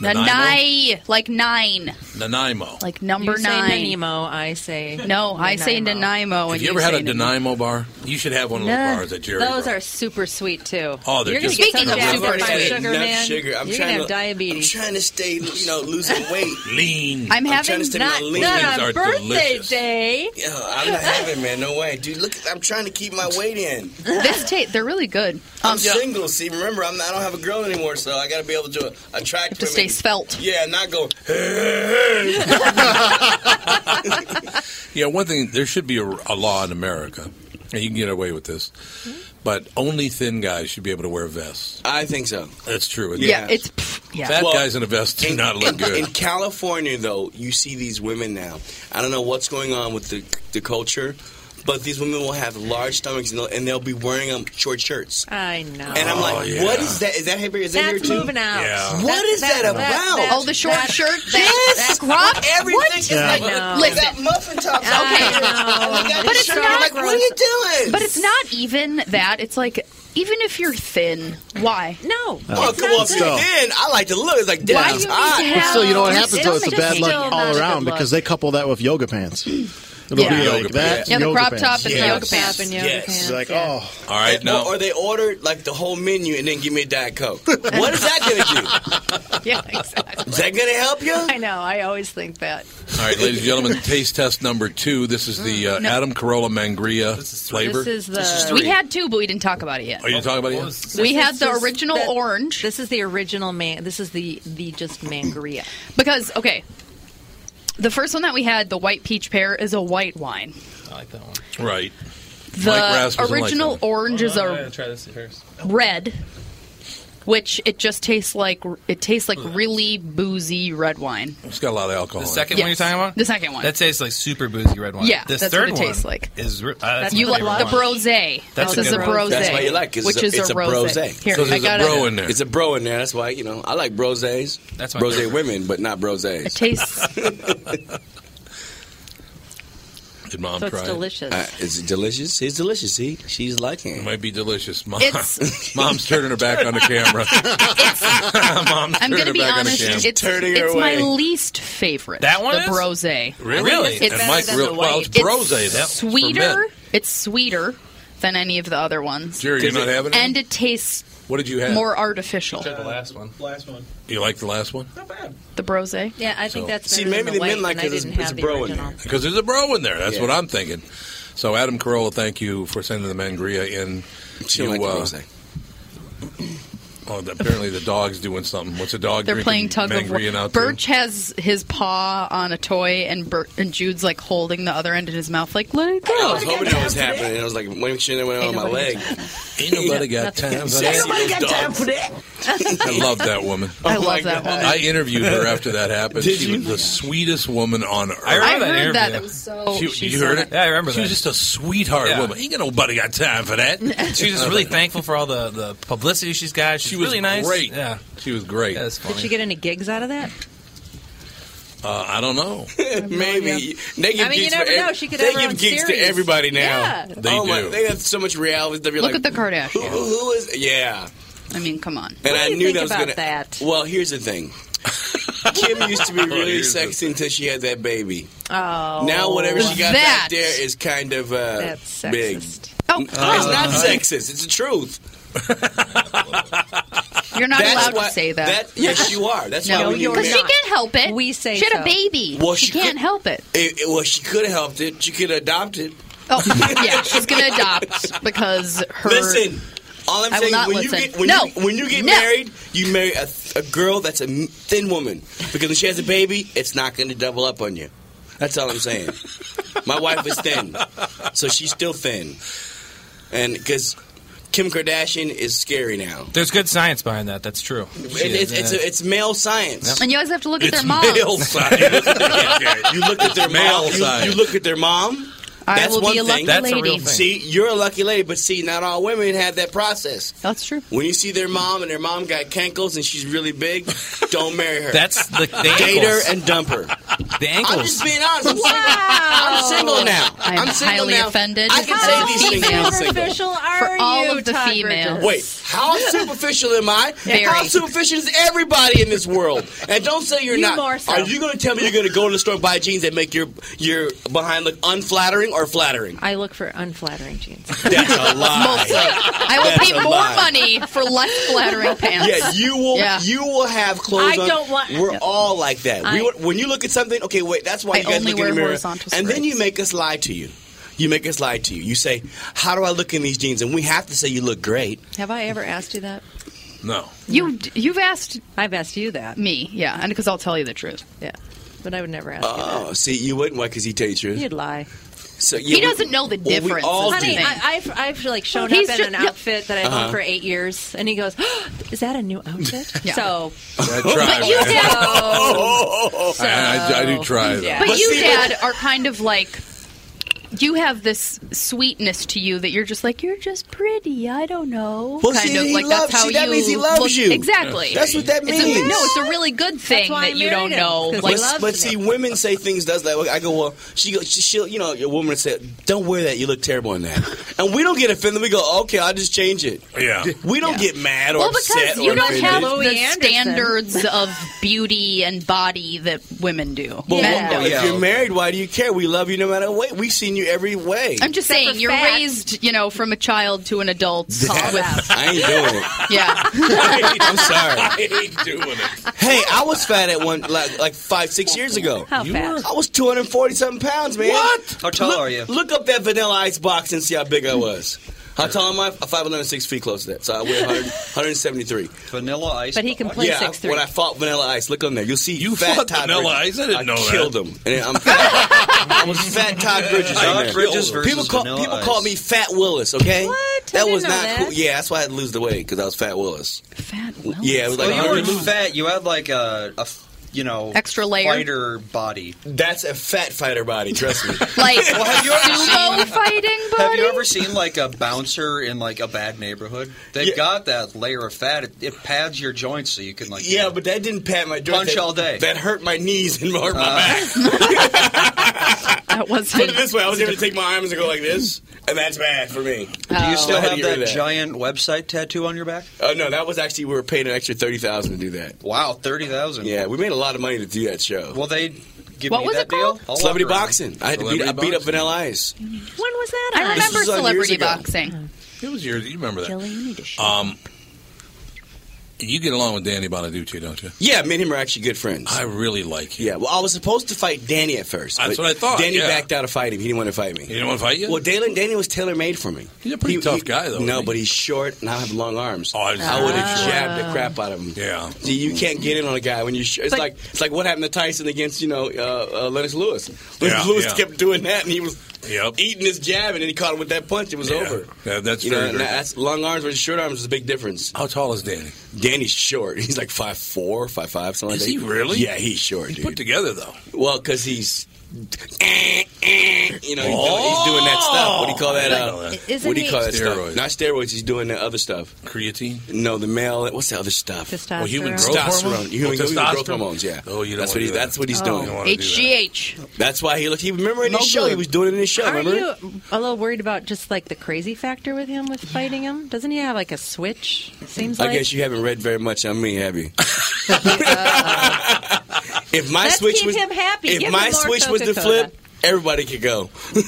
Speaker 3: Nanaimo? like nine,
Speaker 1: Nanaimo.
Speaker 3: like number
Speaker 19: you say
Speaker 3: nine.
Speaker 19: Nemo, I say
Speaker 3: No, I say Nanaimo.
Speaker 1: Have
Speaker 3: Oh, and
Speaker 1: you ever had a
Speaker 3: say
Speaker 1: Nanaimo bar? You should have one of those
Speaker 19: Nah.
Speaker 1: bars at Jerry.
Speaker 19: Those
Speaker 1: Bro.
Speaker 19: are super sweet too.
Speaker 1: Oh, they're
Speaker 19: You're gonna
Speaker 1: just-
Speaker 19: get
Speaker 3: Speaking
Speaker 19: some
Speaker 3: of
Speaker 19: jacked
Speaker 3: super
Speaker 19: up by
Speaker 3: sweet.
Speaker 19: sugar,
Speaker 18: Enough
Speaker 19: man.
Speaker 18: sugar. I'm
Speaker 19: You're
Speaker 18: trying
Speaker 19: gonna have
Speaker 18: to-
Speaker 19: diabetes.
Speaker 18: I'm trying to stay, you know, losing weight.
Speaker 1: lean.
Speaker 3: I'm
Speaker 18: I'm
Speaker 3: having
Speaker 18: trying to stay my
Speaker 3: not.
Speaker 18: lean.
Speaker 1: These
Speaker 19: Not
Speaker 1: are
Speaker 19: on birthday
Speaker 1: delicious.
Speaker 19: day.
Speaker 18: Yeah, I'm not having, man. No way, dude. Look, I'm trying to keep my weight in.
Speaker 3: This taste, they're really good.
Speaker 18: I'm
Speaker 3: Um,
Speaker 18: single. See, remember, I'm not, I don't have a girl anymore, so I got to be able to attract
Speaker 3: to
Speaker 18: women.
Speaker 3: stay svelte.
Speaker 18: Yeah, not go.
Speaker 1: Yeah, one thing there should be a, a law in America, and you can get away with this,
Speaker 3: Hmm?
Speaker 1: but only thin guys should be able to wear vests.
Speaker 18: I think so.
Speaker 1: That's true. isn't
Speaker 3: Yeah,
Speaker 1: it?
Speaker 3: it's pff, yeah.
Speaker 1: fat
Speaker 18: Well,
Speaker 1: guys in a vest do not look
Speaker 18: In
Speaker 1: good.
Speaker 18: California, though, you see these women now. I don't know what's going on with the, the culture, but these women will have large stomachs and they'll, and they'll be wearing um, short shirts.
Speaker 19: I know.
Speaker 18: And I'm like,
Speaker 1: Oh, yeah.
Speaker 18: what is that? Is that here? Is that
Speaker 19: That's
Speaker 18: here too?
Speaker 19: moving out.
Speaker 1: Yeah.
Speaker 18: What is that about?
Speaker 3: oh, the short
Speaker 19: that-
Speaker 3: shirt, that, that crop.
Speaker 18: Everything
Speaker 3: What?
Speaker 18: is
Speaker 19: Yeah.
Speaker 18: like,
Speaker 19: I know.
Speaker 18: look, they got muffin tops. out
Speaker 3: Okay.
Speaker 18: here. And they got
Speaker 3: But
Speaker 18: this
Speaker 3: it's
Speaker 18: shirt.
Speaker 3: not
Speaker 18: I'm like, what are you doing?
Speaker 3: But it's not even that. It's like even if you're thin, why?
Speaker 19: No.
Speaker 18: Oh,
Speaker 19: it's
Speaker 18: come
Speaker 19: not
Speaker 18: on,
Speaker 10: good.
Speaker 18: still. Then I like to look. It's like,
Speaker 3: Why
Speaker 18: damn,
Speaker 3: do
Speaker 18: it's
Speaker 3: you
Speaker 18: hot.
Speaker 3: need to have?
Speaker 10: Ah, Still, you know what happens though? It's a
Speaker 19: It's
Speaker 10: bad
Speaker 19: still
Speaker 10: look
Speaker 19: not a
Speaker 10: all
Speaker 19: good
Speaker 10: around
Speaker 19: look.
Speaker 10: because they couple that with yoga pants. It'll
Speaker 3: Yeah.
Speaker 10: be
Speaker 1: Yoga
Speaker 10: like that.
Speaker 1: pants.
Speaker 3: Yeah, the
Speaker 10: yoga
Speaker 3: crop
Speaker 10: pants.
Speaker 3: top and the
Speaker 1: Yes.
Speaker 3: yoga
Speaker 19: Crop
Speaker 3: pants.
Speaker 19: and yoga
Speaker 18: Yes.
Speaker 10: It's
Speaker 19: pants.
Speaker 10: like,
Speaker 19: yeah.
Speaker 10: oh,
Speaker 1: All right, now
Speaker 18: Or they ordered like the whole menu and then give me a diet coke. what is that going to do?
Speaker 3: Yeah, exactly.
Speaker 18: Is that going to help you?
Speaker 3: I know. I always think that.
Speaker 1: All right, ladies and gentlemen, taste test number two. This is the uh, Adam Carolla Mangria flavor.
Speaker 19: This is the
Speaker 3: We had two, but we didn't talk about it yet.
Speaker 1: Are you talking about it? yet?
Speaker 3: we had the
Speaker 19: just
Speaker 3: original
Speaker 19: that-
Speaker 3: orange
Speaker 19: This is the original man. This is the the just mangria.
Speaker 3: because okay, the first one that we had, the white peach pear, is a white wine.
Speaker 1: Right. Mike
Speaker 3: The
Speaker 1: Rasmussen likes
Speaker 3: original
Speaker 1: that one.
Speaker 3: orange is a
Speaker 5: try this first.
Speaker 3: red, which it just tastes like it tastes like really boozy red wine.
Speaker 1: It's got a lot of alcohol.
Speaker 20: The
Speaker 1: in it.
Speaker 20: second one you're
Speaker 3: Yes.
Speaker 20: talking about?
Speaker 3: The second one.
Speaker 20: That tastes like super boozy red wine.
Speaker 3: Yeah,
Speaker 20: this
Speaker 3: that's
Speaker 20: third
Speaker 3: what it
Speaker 20: one
Speaker 3: tastes like.
Speaker 20: is re- uh,
Speaker 1: Ah,
Speaker 20: that's
Speaker 3: you
Speaker 20: my
Speaker 3: like
Speaker 20: favorite
Speaker 3: the
Speaker 20: one.
Speaker 3: brosé.
Speaker 20: That's
Speaker 3: this
Speaker 20: a
Speaker 3: is a
Speaker 20: good one.
Speaker 3: brosé.
Speaker 18: That's why you like, 'cause
Speaker 3: which
Speaker 18: it's a-
Speaker 3: is
Speaker 18: it's a brosé.
Speaker 3: Here,
Speaker 1: So
Speaker 3: I
Speaker 1: there's
Speaker 3: got
Speaker 1: a bro in there.
Speaker 18: It's a bro in there. That's why, you know, I like broses.
Speaker 20: That's my
Speaker 18: brose
Speaker 20: favorite.
Speaker 18: women, but not
Speaker 3: It
Speaker 18: broses.
Speaker 3: tastes.
Speaker 1: Did mom
Speaker 19: So
Speaker 1: try
Speaker 19: it's
Speaker 1: it?
Speaker 19: delicious.
Speaker 18: Uh, it's delicious. It's delicious. See, she's liking
Speaker 1: It
Speaker 18: it.
Speaker 1: might be delicious. Mom,
Speaker 3: It's-
Speaker 1: Mom's turning her back on the camera. Mom's turning
Speaker 3: I'm gonna
Speaker 1: her
Speaker 3: be
Speaker 1: back on the
Speaker 3: honest.
Speaker 1: camera.
Speaker 3: It's, it's
Speaker 18: turning her
Speaker 3: my
Speaker 18: away.
Speaker 3: least favorite.
Speaker 20: That one
Speaker 3: the
Speaker 20: is?
Speaker 3: brosé.
Speaker 1: Really?
Speaker 3: It's
Speaker 1: and Mike
Speaker 3: better than
Speaker 1: really,
Speaker 3: the
Speaker 1: well,
Speaker 3: white.
Speaker 1: it's brose.
Speaker 3: It's
Speaker 1: that- for
Speaker 3: sweeter.
Speaker 1: men.
Speaker 3: It's sweeter. than any of the other ones.
Speaker 1: Jerry, you're not having any?
Speaker 3: And it tastes
Speaker 1: What did you have?
Speaker 3: more artificial.
Speaker 20: the last one. Last one.
Speaker 1: You like the last one?
Speaker 3: The brose.
Speaker 19: Yeah, I think
Speaker 1: So-
Speaker 19: that's
Speaker 1: See,
Speaker 19: better
Speaker 1: maybe
Speaker 19: than
Speaker 1: they
Speaker 19: the white,
Speaker 1: meant like
Speaker 19: and I
Speaker 1: 'cause it's-
Speaker 19: didn't
Speaker 1: it's
Speaker 19: have the
Speaker 1: bro in
Speaker 19: original.
Speaker 1: Because there's a bro in there. That's
Speaker 18: Yeah.
Speaker 1: what I'm thinking. So, Adam Carolla, thank you for sending the mangria in. uh,
Speaker 18: She don't like the rosé.
Speaker 1: Oh, the- apparently the dog's doing something. What's a dog
Speaker 3: They're playing
Speaker 1: drinking
Speaker 3: tug of
Speaker 1: mangria
Speaker 3: war.
Speaker 1: now, too?
Speaker 3: Birch has his paw on a toy, and Bert, and Jude's like holding the other end in his mouth, like let it go.
Speaker 18: I was hoping that was happening. I was like, when shit that went on my leg.
Speaker 1: Ain't nobody got time for that. I love that woman.
Speaker 3: I love that woman.
Speaker 1: I interviewed her after that happened. she was the sweetest woman on earth.
Speaker 3: I remember I that heard that. interview. It was so-
Speaker 1: She-
Speaker 3: she's
Speaker 1: you
Speaker 3: so
Speaker 1: heard
Speaker 3: nice.
Speaker 1: it?
Speaker 20: Yeah, I remember
Speaker 1: She was
Speaker 20: that.
Speaker 1: just a sweetheart
Speaker 20: Yeah.
Speaker 1: woman. Ain't got nobody got time for that.
Speaker 20: She's just really thankful for all the, the publicity she's got. She's
Speaker 1: She was
Speaker 20: really nice.
Speaker 1: great.
Speaker 20: Yeah.
Speaker 1: She was great.
Speaker 20: That's
Speaker 19: Did she get any gigs out of that?
Speaker 1: Uh, I don't know.
Speaker 18: Maybe they give
Speaker 19: I mean, you
Speaker 18: gigs
Speaker 19: never
Speaker 18: for
Speaker 19: know.
Speaker 18: ev-
Speaker 19: She could
Speaker 18: they
Speaker 19: have her
Speaker 18: give
Speaker 19: own
Speaker 18: gigs to
Speaker 19: series.
Speaker 18: everybody now.
Speaker 19: Yeah.
Speaker 1: They
Speaker 18: oh My,
Speaker 1: do.
Speaker 18: they have so much reality stuff. You're
Speaker 3: Look
Speaker 18: like,
Speaker 3: at the Kardashians.
Speaker 18: who, who is? Yeah.
Speaker 3: I mean, come on.
Speaker 18: And I
Speaker 19: do you
Speaker 18: knew
Speaker 19: think
Speaker 18: that was
Speaker 19: about
Speaker 18: gonna.
Speaker 19: that?
Speaker 18: Well, here's the thing. Kim used to be really sexy until she had that baby.
Speaker 19: Oh.
Speaker 18: now whatever she got
Speaker 19: that.
Speaker 18: back there is kind of uh,
Speaker 19: That's uh-huh.
Speaker 18: big.
Speaker 3: Oh,
Speaker 18: it's not sexist. It's the truth.
Speaker 3: You're not
Speaker 18: That's
Speaker 3: allowed
Speaker 18: why-
Speaker 3: to say that.
Speaker 18: that- yes, you are. That's why
Speaker 3: no,
Speaker 18: we need
Speaker 3: because
Speaker 18: to-
Speaker 3: she can't help it.
Speaker 19: We say
Speaker 3: she had
Speaker 19: so.
Speaker 3: a baby.
Speaker 18: Well,
Speaker 3: she,
Speaker 18: she
Speaker 3: can't
Speaker 18: could-
Speaker 3: help it.
Speaker 18: It, it- well, she could have helped it. She could have adopted.
Speaker 3: Oh, yeah, she's gonna adopt because her.
Speaker 18: Listen, all I'm
Speaker 3: I will
Speaker 18: saying
Speaker 3: not
Speaker 18: when
Speaker 3: listen.
Speaker 18: you get when
Speaker 3: No.
Speaker 18: you when you get
Speaker 3: No.
Speaker 18: married, you marry a, a girl that's a m- thin woman because when she has a baby, it's not going to double up on you. That's all I'm saying. My wife is thin, so she's still thin, and because Kim Kardashian is scary now.
Speaker 20: There's good science behind that. That's true. She
Speaker 18: It,
Speaker 20: is,
Speaker 18: it's it's,
Speaker 20: uh,
Speaker 18: a, it's male science.
Speaker 3: and you always have to look at
Speaker 18: It's
Speaker 3: their moms.
Speaker 18: male science. you look at their
Speaker 1: Male
Speaker 18: mom.
Speaker 1: science.
Speaker 18: You, you look at their mom.
Speaker 3: I
Speaker 18: That's
Speaker 3: will be
Speaker 18: one
Speaker 3: a lucky
Speaker 18: thing.
Speaker 3: That's a real lady. thing.
Speaker 18: See, you're a lucky lady, but see, not all women have that process.
Speaker 3: That's true.
Speaker 18: When you see their mom and their mom got cankles and she's really big, don't marry her.
Speaker 20: That's the, the
Speaker 18: date her
Speaker 20: ankles.
Speaker 18: and dump her.
Speaker 20: The ankles.
Speaker 18: I'm just being honest. I'm single, I'm single now.
Speaker 3: I'm,
Speaker 18: I'm single
Speaker 3: highly
Speaker 18: now.
Speaker 3: offended.
Speaker 18: I can
Speaker 3: as
Speaker 18: say
Speaker 3: a
Speaker 18: these things.
Speaker 3: female.
Speaker 18: I'm single.
Speaker 3: for all of the females.
Speaker 18: Wait, how superficial am I?
Speaker 3: Very.
Speaker 18: How superficial is everybody in this world? And don't say you're
Speaker 19: You
Speaker 18: not.
Speaker 19: more so.
Speaker 18: Are you going to tell me you're going to go to the store and buy jeans that make your your behind look unflattering or flattering?
Speaker 19: I look for unflattering jeans.
Speaker 18: That's a lie.
Speaker 3: I will
Speaker 18: That's
Speaker 3: pay
Speaker 18: a
Speaker 3: more
Speaker 18: lie.
Speaker 3: money for less flattering pants.
Speaker 18: Yeah, you will.
Speaker 3: Yeah.
Speaker 18: You will have clothes.
Speaker 3: I
Speaker 18: on.
Speaker 3: don't want-
Speaker 18: We're all like that.
Speaker 3: I-
Speaker 18: we, would- when you look at something, okay, wait. That's why
Speaker 3: I
Speaker 18: you guys
Speaker 3: only
Speaker 18: look
Speaker 3: wear
Speaker 18: in the mirror, and
Speaker 3: horizontal
Speaker 18: then you make us lie to you. You make us lie to you. You say, "How do I look in these jeans?" And we have to say, "You look great."
Speaker 19: Have I ever asked you that?
Speaker 1: No.
Speaker 3: You you've asked
Speaker 19: I've asked you that.
Speaker 3: me, yeah, and because I'll tell you the truth.
Speaker 19: Yeah, but I would never ask.
Speaker 18: Oh, see, you wouldn't. Why? Because he tells you. the
Speaker 19: You'd
Speaker 18: truth.
Speaker 19: lie.
Speaker 18: So
Speaker 3: He doesn't know the
Speaker 18: Uh, well,
Speaker 3: difference,
Speaker 18: We all
Speaker 3: is the
Speaker 18: do.
Speaker 19: Honey,
Speaker 3: thing.
Speaker 19: I, I've I've like shown
Speaker 3: he's
Speaker 19: up in
Speaker 3: just-
Speaker 19: an
Speaker 3: yeah.
Speaker 19: outfit that I've
Speaker 18: Uh-huh.
Speaker 19: owned for eight years, and he goes, "Is that a new outfit?"
Speaker 3: Yeah.
Speaker 19: So,
Speaker 1: I try.
Speaker 3: But you
Speaker 1: man.
Speaker 3: have-
Speaker 1: I, I- I do try, though.
Speaker 3: But you, Dad, are kind of like you have this sweetness to you that you're just like you're just pretty. I don't know.
Speaker 18: Well,
Speaker 3: kind
Speaker 18: see,
Speaker 3: of
Speaker 18: he
Speaker 3: like
Speaker 18: loves
Speaker 3: that's how
Speaker 18: you.
Speaker 3: you.
Speaker 18: That means he loves
Speaker 3: look-
Speaker 18: you.
Speaker 3: Exactly.
Speaker 18: That's what that
Speaker 3: It's a-
Speaker 18: means.
Speaker 3: no, it's a really good thing
Speaker 19: why I
Speaker 3: that you don't
Speaker 19: married him,
Speaker 3: know.
Speaker 19: 'cause
Speaker 3: Like,
Speaker 18: But, but see, women say things does that. I go, well, she go, she, she'll, you know, your woman said, don't wear that. You look terrible in that. And we don't get offended. We go, okay, I'll just change it.
Speaker 1: Yeah.
Speaker 18: We don't get mad or
Speaker 3: well,
Speaker 18: upset
Speaker 3: because
Speaker 18: or
Speaker 3: you don't
Speaker 18: offended.
Speaker 3: have
Speaker 19: Louis
Speaker 3: the
Speaker 19: Anderson.
Speaker 3: standards of beauty and body that women do.
Speaker 18: Well,
Speaker 3: Men
Speaker 18: well,
Speaker 3: do.
Speaker 18: if you're married, why do you care? We love you no matter what. We've seen you every way.
Speaker 3: I'm just saying, you're raised, you know, from a child to an adult. With,
Speaker 18: I ain't doing it.
Speaker 3: yeah.
Speaker 18: I'm sorry.
Speaker 1: I ain't doing it.
Speaker 18: Hey, I was fat at one like like five six years ago.
Speaker 19: how fat?
Speaker 18: I was 240 something pounds, man.
Speaker 1: What?
Speaker 18: How tall are you? Look up that vanilla ice box and see how big I was. How tall am I? 5'11, 6 feet close to that. So I weigh 100, 173.
Speaker 21: Vanilla ice.
Speaker 19: But he can play
Speaker 18: yeah,
Speaker 19: six three.
Speaker 18: when I fought Vanilla Ice, look on there. You'll see you fat
Speaker 1: fought
Speaker 18: Todd
Speaker 1: Vanilla
Speaker 18: Bridges.
Speaker 1: Ice? I didn't know that.
Speaker 18: killed him. And I'm I was fat Todd Bridges.
Speaker 21: Todd
Speaker 18: on there.
Speaker 21: Bridges versus
Speaker 18: people call,
Speaker 21: Vanilla
Speaker 18: people
Speaker 21: Ice.
Speaker 18: call me Fat Willis. Okay,
Speaker 19: What? I
Speaker 18: That
Speaker 19: didn't
Speaker 18: was
Speaker 19: know
Speaker 18: not
Speaker 19: that.
Speaker 18: cool. Yeah, that's why I would lose the weight because I was Fat Willis.
Speaker 3: Fat Willis.
Speaker 18: Yeah, it was like
Speaker 21: Well, you
Speaker 18: 100
Speaker 21: weren't fat. You had like a, a f- you know,
Speaker 3: Extra layer.
Speaker 21: fighter body.
Speaker 18: That's a fat fighter body. Trust me.
Speaker 3: Like
Speaker 21: Well,
Speaker 18: Oh,
Speaker 21: have you ever
Speaker 3: sumo fighting,
Speaker 21: Have
Speaker 3: buddy.
Speaker 21: you ever seen like a bouncer in like a bad neighborhood? They've got that layer of fat. It, it pads your joints so you can like.
Speaker 18: Yeah, but that didn't pat my joints.
Speaker 21: Punch
Speaker 18: That-
Speaker 21: all day.
Speaker 18: That hurt my knees and hurt my
Speaker 21: Uh,
Speaker 18: back.
Speaker 3: That was
Speaker 18: Put it this way, I was able to take my arms and go like this, and that's bad for me.
Speaker 21: Do
Speaker 3: Oh.
Speaker 21: you still
Speaker 18: How do
Speaker 21: have
Speaker 18: you get
Speaker 21: that,
Speaker 18: rid of that?
Speaker 21: giant website tattoo on your back?
Speaker 18: Oh no, that was actually we were paying an extra thirty thousand to do that.
Speaker 21: Wow, thirty thousand.
Speaker 18: Yeah, we made a lot of money to do that show.
Speaker 21: Well, they give
Speaker 3: What
Speaker 21: me
Speaker 3: was
Speaker 21: that
Speaker 3: it
Speaker 21: deal.
Speaker 3: called?
Speaker 21: I'll
Speaker 18: Celebrity
Speaker 21: walk around.
Speaker 18: boxing. I had to beat,
Speaker 21: Celebrity
Speaker 18: I beat up
Speaker 21: boxing.
Speaker 18: Vanilla Ice.
Speaker 3: When was that?
Speaker 18: on?
Speaker 3: I
Speaker 18: This
Speaker 3: remember
Speaker 18: was on years
Speaker 3: celebrity
Speaker 18: ago.
Speaker 3: boxing.
Speaker 1: It was yours. You remember that?
Speaker 3: Kelly, you need to shut
Speaker 1: Um, you get along with Danny Bonaducci, don't you?
Speaker 18: Yeah, me and him are actually good friends. I
Speaker 1: really like him.
Speaker 18: Yeah, well, I was supposed to fight Danny at first.
Speaker 1: That's
Speaker 18: but
Speaker 1: what I thought,
Speaker 18: Danny
Speaker 1: yeah.
Speaker 18: backed out of fighting. He didn't want to fight me. He
Speaker 1: didn't wanna fight you?
Speaker 18: Well, Dalen, Danny was tailor made for me.
Speaker 1: He's a pretty tough guy, though,
Speaker 18: No,
Speaker 1: isn't he?
Speaker 18: but he's short and I have long arms. Oh, I,
Speaker 1: was-
Speaker 18: would have
Speaker 1: Ah.
Speaker 18: jabbed the crap out of him.
Speaker 1: Yeah.
Speaker 18: See, you can't get in on a guy when you're short. It's like it's like what happened to Tyson against you know uh, uh, Lennox Lewis. Lennox
Speaker 1: Yeah,
Speaker 18: Lewis
Speaker 1: yeah.
Speaker 18: kept doing that, and he was
Speaker 1: Yep.
Speaker 18: eating his jab, and then he caught him with that punch. It was
Speaker 1: Yeah.
Speaker 18: over.
Speaker 1: Yeah, that's
Speaker 18: you
Speaker 1: very,
Speaker 18: know, and
Speaker 1: very-
Speaker 18: that's long arms versus short arms is a big difference.
Speaker 1: How tall is Danny?
Speaker 18: Danny's short. He's like five four, five five, something
Speaker 1: Is
Speaker 18: like that.
Speaker 1: he really?
Speaker 18: Yeah, he's short. He's
Speaker 1: put together though.
Speaker 18: Well, because he's. You know, he's, doing,
Speaker 1: Oh!
Speaker 18: he's doing that stuff. What do you call that? Uh,
Speaker 19: But isn't
Speaker 18: what do you call
Speaker 19: he-
Speaker 18: that
Speaker 1: Steroids.
Speaker 18: stuff? Not steroids. He's doing the other stuff.
Speaker 1: Creatine.
Speaker 18: No, the male. What's the other stuff?
Speaker 19: Testosterone. Well,
Speaker 1: human growth
Speaker 18: Testosterone.
Speaker 1: hormone?
Speaker 18: Human,
Speaker 1: Oh,
Speaker 18: human growth
Speaker 1: testosterone?
Speaker 18: hormones. Yeah.
Speaker 1: Oh, you don't
Speaker 18: that's
Speaker 1: wanna
Speaker 18: what he,
Speaker 1: do that.
Speaker 18: That's what he's
Speaker 19: Oh.
Speaker 18: doing.
Speaker 1: You don't wanna do that.
Speaker 3: HGH.
Speaker 18: That's why he looked. He remember in
Speaker 19: No
Speaker 18: his show.
Speaker 19: good.
Speaker 18: He was doing it in his show.
Speaker 19: Are
Speaker 18: remember?
Speaker 19: you a little worried about just like the crazy factor with him with fighting him? Doesn't he have like a switch? Seems
Speaker 18: I
Speaker 19: like Uh,
Speaker 18: guess you haven't read very much on me, have you? if my
Speaker 19: Let's
Speaker 18: switch
Speaker 19: keep
Speaker 18: was
Speaker 19: him happy.
Speaker 18: if
Speaker 19: Give him
Speaker 18: my
Speaker 19: more
Speaker 18: switch was to
Speaker 19: Coca-Cola.
Speaker 18: flip, everybody could go.
Speaker 1: Yeah,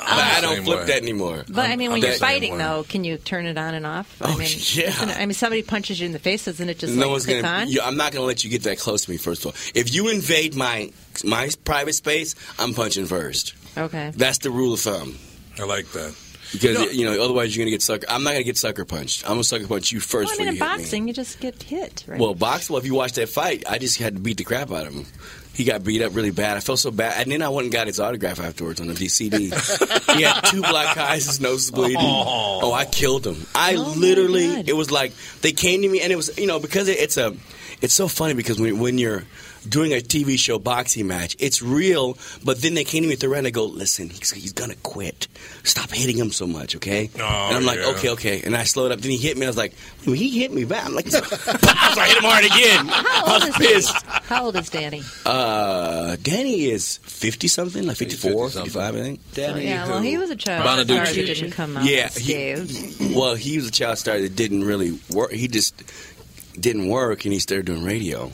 Speaker 18: But I don't flip that anymore.
Speaker 19: But i mean, when
Speaker 18: That-
Speaker 19: you're fighting, though, can you turn it on and off? I
Speaker 18: Oh,
Speaker 19: mean,
Speaker 18: yeah.
Speaker 19: isn't it- I mean, somebody punches you in the face, doesn't it just
Speaker 18: no
Speaker 19: like,
Speaker 18: one's
Speaker 19: click
Speaker 18: gonna.
Speaker 19: on?
Speaker 18: you- I'm not gonna let you get that close to me. First of all, if you invade my my private space, I'm punching first.
Speaker 19: Okay.
Speaker 18: That's the rule of thumb.
Speaker 1: I like that.
Speaker 18: Because
Speaker 19: No.
Speaker 18: you know, otherwise you're gonna get sucker. I'm not gonna get sucker punched. I'm gonna sucker punch you first.
Speaker 19: Well, I mean,
Speaker 18: before
Speaker 19: in
Speaker 18: you hit me.
Speaker 19: boxing, you just get hit, right?
Speaker 18: Well, box. Well, if you watch that fight, I just had to beat the crap out of him. He got beat up really bad. I felt so bad, and then I went and got his autograph afterwards on the VCD. he had two black eyes, his nose was bleeding.
Speaker 1: Oh.
Speaker 18: Oh, I killed him. I literally, it was like they came to me, and it was you know because it, it's a, it's so funny because when when you're doing a TV show boxing match, it's real. But then they came to me at the end and go, listen, he's, he's gonna quit. Stop hitting him so much, okay?
Speaker 1: Oh,
Speaker 18: and I'm like,
Speaker 1: yeah.
Speaker 18: okay, okay. And I slowed up. Then he hit me. and I was like, well, he hit me back. I'm like, I hit him hard again.
Speaker 19: How
Speaker 18: I
Speaker 19: old
Speaker 18: was
Speaker 19: is
Speaker 18: pissed.
Speaker 19: Danny? How old is Danny?
Speaker 18: Uh, Danny is 50 something, like 54, 55, I think. Danny.
Speaker 19: yeah, well, he was a child.
Speaker 18: Bonaducci.
Speaker 19: star that didn't come out.
Speaker 18: Yeah,
Speaker 19: Steve.
Speaker 18: he, well, he was a child star that didn't really work. He just didn't work, and he started doing radio.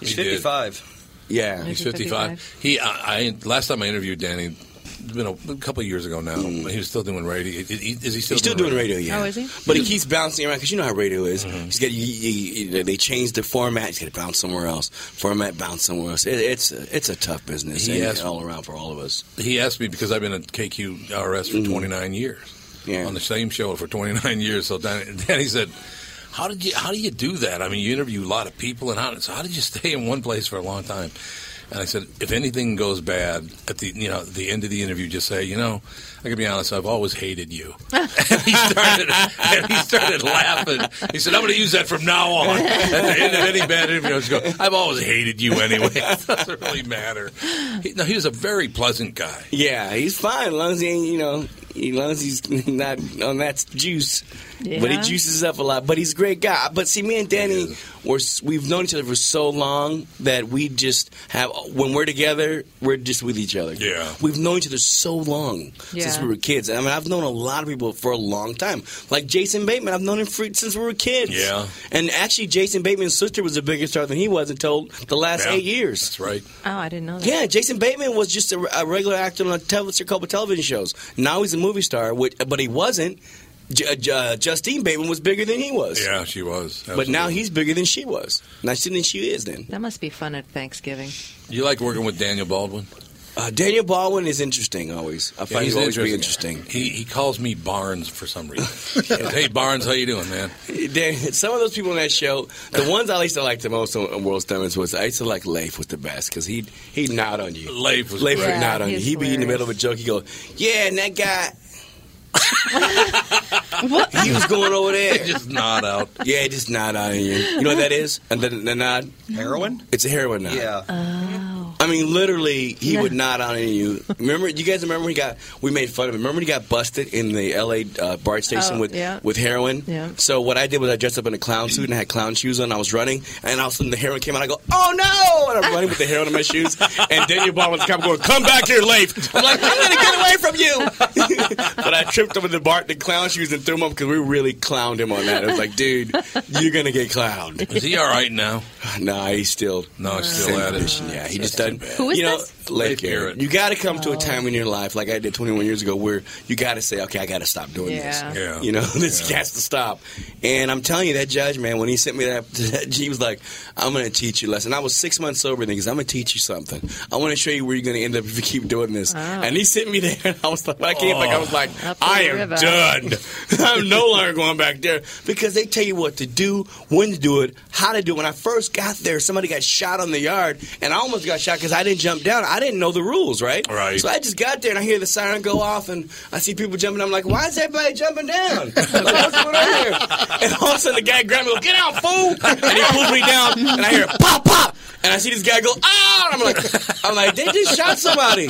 Speaker 21: He's
Speaker 1: He did.
Speaker 21: 55.
Speaker 18: Yeah,
Speaker 1: He's 55. He, I, I last time I interviewed Danny, it's been a, a couple of years ago now. He was still doing radio. Is he is he still,
Speaker 18: He's still doing radio, yeah.
Speaker 19: Oh, is he?
Speaker 18: But he keeps bouncing around because you know how radio is.
Speaker 1: Mm-hmm.
Speaker 18: He's got you, you, you- they changed the format. He's got to bounce somewhere else. Format bounce somewhere else. It, it's a, it's a tough business.
Speaker 1: He
Speaker 18: and
Speaker 1: asked-
Speaker 18: all around for all of us.
Speaker 1: He asked me because I've been at KQRS for 29 years.
Speaker 18: Yeah.
Speaker 1: On the same show for 29 years. So Danny, Danny said, "How did you? How do you do that? I mean, you interview a lot of people, and how? So how did you stay in one place for a long time?" And I said, "If anything goes bad at the you know at the end of the interview, just say, you know, I can be honest. I've always hated you." and he started and he started laughing. He said, "I'm going to use that from now on." At the end of any bad interview, I just go, "I've always hated you anyway. It doesn't really matter." He, no, he was a very pleasant guy.
Speaker 18: Yeah, he's fine as long as he ain't, you know, as long as he's not on that juice. But he
Speaker 1: Yeah.
Speaker 18: juices up a lot. But he's a great guy. But see, me and Danny, we're, we've known each other for so long that we just have, when we're together, we're just with each other.
Speaker 1: Yeah.
Speaker 18: We've known each other so long since
Speaker 1: Yeah.
Speaker 18: we were kids. I mean, I've known a lot of people for a long time. Like Jason Bateman, I've known him for, since we were kids.
Speaker 1: Yeah.
Speaker 18: And actually, Jason Bateman's sister was a bigger star than he was until the last
Speaker 1: Yeah.
Speaker 18: eight years.
Speaker 1: That's right.
Speaker 19: Oh, I didn't know that.
Speaker 18: Yeah, Jason Bateman was just a, a regular actor on a, tel- a couple television shows. Now he's a movie star, which, but he wasn't. J- J- Justine Bateman was bigger than he was.
Speaker 1: Yeah, she was.
Speaker 18: But now
Speaker 1: Absolutely.
Speaker 18: he's bigger than she was. Now she's than she is then.
Speaker 19: That must be fun at Thanksgiving.
Speaker 1: You like working with Daniel Baldwin?
Speaker 18: Uh, Daniel Baldwin is interesting always. I find
Speaker 1: he's
Speaker 18: him always to be
Speaker 1: interesting.
Speaker 18: interesting.
Speaker 1: He he calls me Barnes for some reason. He goes, hey Barnes, how you doing, man?
Speaker 18: Dan- Some of those people on that show, the ones I used to like the most on on World's Dumbest was I used to like Leif was the best because he he nod on you.
Speaker 1: Leif was
Speaker 18: Leif
Speaker 1: great.
Speaker 18: would nod on
Speaker 1: Yeah,
Speaker 18: you.
Speaker 1: he's
Speaker 18: He'd be in the middle of a joke. He go, yeah, and that guy.
Speaker 3: what?
Speaker 18: He was going over there.
Speaker 1: just nod out.
Speaker 18: Yeah, just nod out on you. You know what that is? And the, the nod?
Speaker 21: Heroin?
Speaker 18: It's a heroin nod.
Speaker 21: Yeah.
Speaker 19: Oh.
Speaker 18: I mean, literally, he would nod on you. Remember, you guys remember when he got, we made fun of him. Remember when he got busted in the LA uh, BART station
Speaker 19: Oh,
Speaker 18: with,
Speaker 19: yeah.
Speaker 18: with heroin?
Speaker 19: Yeah.
Speaker 18: So what I did was I dressed up in a clown suit and I had clown shoes on. and I was running, and all of a sudden the heroin came out. I go, oh no! And I'm running with the heroin in my shoes. And Daniel Baldwin's cop going, come back here, Leif. I'm like, I'm gonna get away from you. but I tripped him in the Bart the clown shoes and threw him up because we really clowned him on that. It was like, dude, you're gonna get clowned.
Speaker 1: Is he all right now?
Speaker 18: Nah, he's still
Speaker 1: no, he's still at it.
Speaker 18: Yeah, he just doesn't.
Speaker 3: Who is
Speaker 18: you know,
Speaker 3: this? Oh.
Speaker 18: Lake Garrett. You got to come to a time in your life, like I did 21 years ago, where you got to say, okay, I got to stop doing
Speaker 17: Yeah.
Speaker 18: this.
Speaker 17: Yeah.
Speaker 18: You know, this has to stop. And I'm telling you, that judge, man, when he sent me that, he was like, I'm going to teach you a lesson. I was six months sober then because I'm going to teach you something. I want to show you where you're going to end up if you keep doing this.
Speaker 3: Oh.
Speaker 18: And he sent me there, and I was like, when I came back, I was like,
Speaker 17: Up the
Speaker 18: I am
Speaker 17: river.
Speaker 18: done. I'm no longer going back there because they tell you what to do, when to do it, how to do it. When I first got there, somebody got shot on the yard, and I almost got shot because I didn't jump down. I didn't know the rules, right? Right. So I just got there and I hear the siren go off, and I see people jumping. I'm like, why is everybody jumping down? Like, what's going on here? And all of a sudden, the guy grabbed me, goes, get out, fool! And he pulled me down, and I hear pop, pop, and I see this guy go, ah! And I'm like, I'm like, they just shot somebody.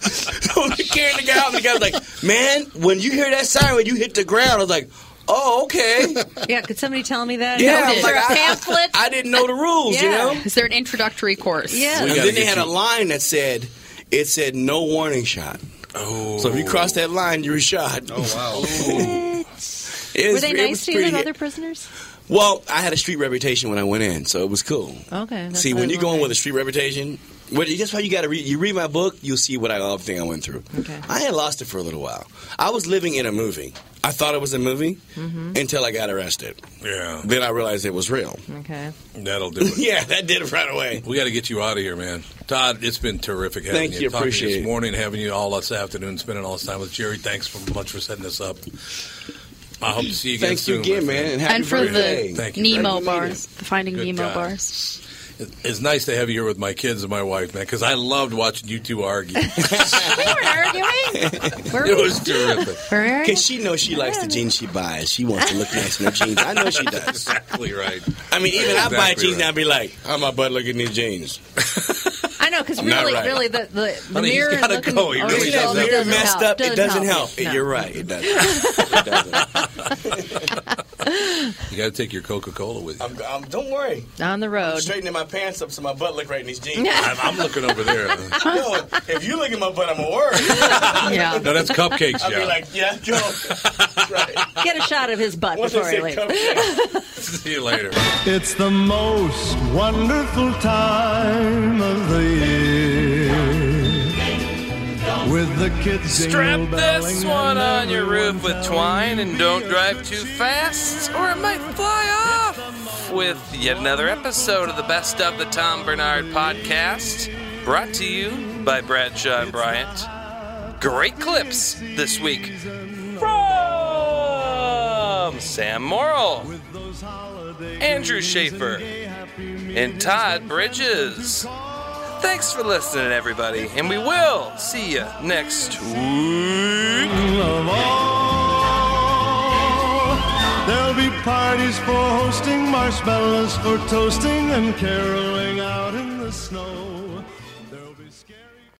Speaker 18: So they're carrying the guy out, and the guy's like, man, when you hear that siren, when you hit the ground, I was like, oh, okay.
Speaker 19: Yeah, could somebody tell me that?
Speaker 18: Yeah,
Speaker 19: Is
Speaker 18: I'm
Speaker 19: there
Speaker 18: like,
Speaker 19: a
Speaker 18: I-
Speaker 19: pamphlet?
Speaker 18: I didn't know the rules, you
Speaker 19: Yeah.
Speaker 18: know?
Speaker 3: Is there an introductory course?
Speaker 18: And then they had a line that said, it said no warning shot. Oh. So if you crossed that line, you were shot. Oh, wow.
Speaker 19: Were they nice to you than other prisoners?
Speaker 18: Well, I had a street reputation when I went in, so it was cool.
Speaker 19: Okay. that's
Speaker 18: See,
Speaker 19: what
Speaker 18: when
Speaker 19: I
Speaker 18: you go in with a street reputation, what, that's why you got to read. You read my book, you'll see what I everything I went through.
Speaker 19: Okay.
Speaker 18: I had lost it for a little while. I was living in a movie. I thought it was a movie
Speaker 3: Mm-hmm.
Speaker 18: until I got arrested.
Speaker 1: Yeah.
Speaker 18: Then I realized it was real.
Speaker 19: Okay.
Speaker 1: That'll do it.
Speaker 18: yeah, that did it right away.
Speaker 1: We got to get you out of here, man. Todd, it's been terrific having
Speaker 18: Thank
Speaker 1: you.
Speaker 18: you,
Speaker 1: Talking
Speaker 18: appreciate
Speaker 1: this
Speaker 18: it.
Speaker 1: morning, having you all this afternoon, spending all this time with Jerry. Thanks for much for setting this up. I hope to see you again
Speaker 18: Thank you
Speaker 1: soon, my
Speaker 18: again,
Speaker 1: friend.
Speaker 18: man, and
Speaker 3: and for the
Speaker 1: Thank you.
Speaker 3: Nemo bars, the Finding
Speaker 1: Good
Speaker 3: Nemo
Speaker 1: God.
Speaker 3: bars.
Speaker 1: It's nice to have you here with my kids and my wife, man, because I loved watching you two argue. it was terrific.
Speaker 18: Because she knows she likes the jeans she buys. She wants to look nice in her jeans. I know she does.
Speaker 1: Exactly right.
Speaker 18: I mean, even I buy
Speaker 1: Exactly
Speaker 18: jeans
Speaker 1: right.
Speaker 18: and I be like, I'm my butt looking these jeans.
Speaker 19: I know, because
Speaker 18: Not
Speaker 19: really,
Speaker 18: right.
Speaker 19: really, the, the, the
Speaker 18: Honey, he's
Speaker 19: mirror
Speaker 18: gotta
Speaker 19: looking,
Speaker 18: go. He
Speaker 19: oh,
Speaker 18: really
Speaker 19: yeah,
Speaker 18: does
Speaker 19: it
Speaker 18: that.
Speaker 19: doesn't
Speaker 18: Messed
Speaker 19: help.
Speaker 18: up, it doesn't help.
Speaker 19: No.
Speaker 18: You're right, it doesn't.
Speaker 1: You got to take your Coca Cola with you.
Speaker 18: I'm, I'm, don't worry.
Speaker 19: On the road.
Speaker 18: I'm straightening my pants up so my butt look right in these jeans.
Speaker 1: I'm, I'm looking over there.
Speaker 18: no, if you look at my butt, I'm a worry.
Speaker 19: Yeah.
Speaker 1: No, that's cupcakes,
Speaker 18: I'll be
Speaker 1: yeah.
Speaker 18: like, yeah, go.
Speaker 19: Get a shot of his butt
Speaker 18: Once I
Speaker 19: before I
Speaker 18: said
Speaker 19: leave.
Speaker 1: See you later.
Speaker 17: It's the most wonderful time of the year. With the kids
Speaker 8: Strap this one on your roof with twine and don't drive too fast, or it might fly off. With yet another episode of the Best of the Tom Bernard podcast, brought to you by Bradshaw and Bryant. Great clips this week from Sam Morrill, Andrew Schaefer, and Todd Bridges. Thanks for listening, everybody, and we will see you next week.
Speaker 17: There'll be parties for hosting, marshmallows for toasting, and caroling out in the snow.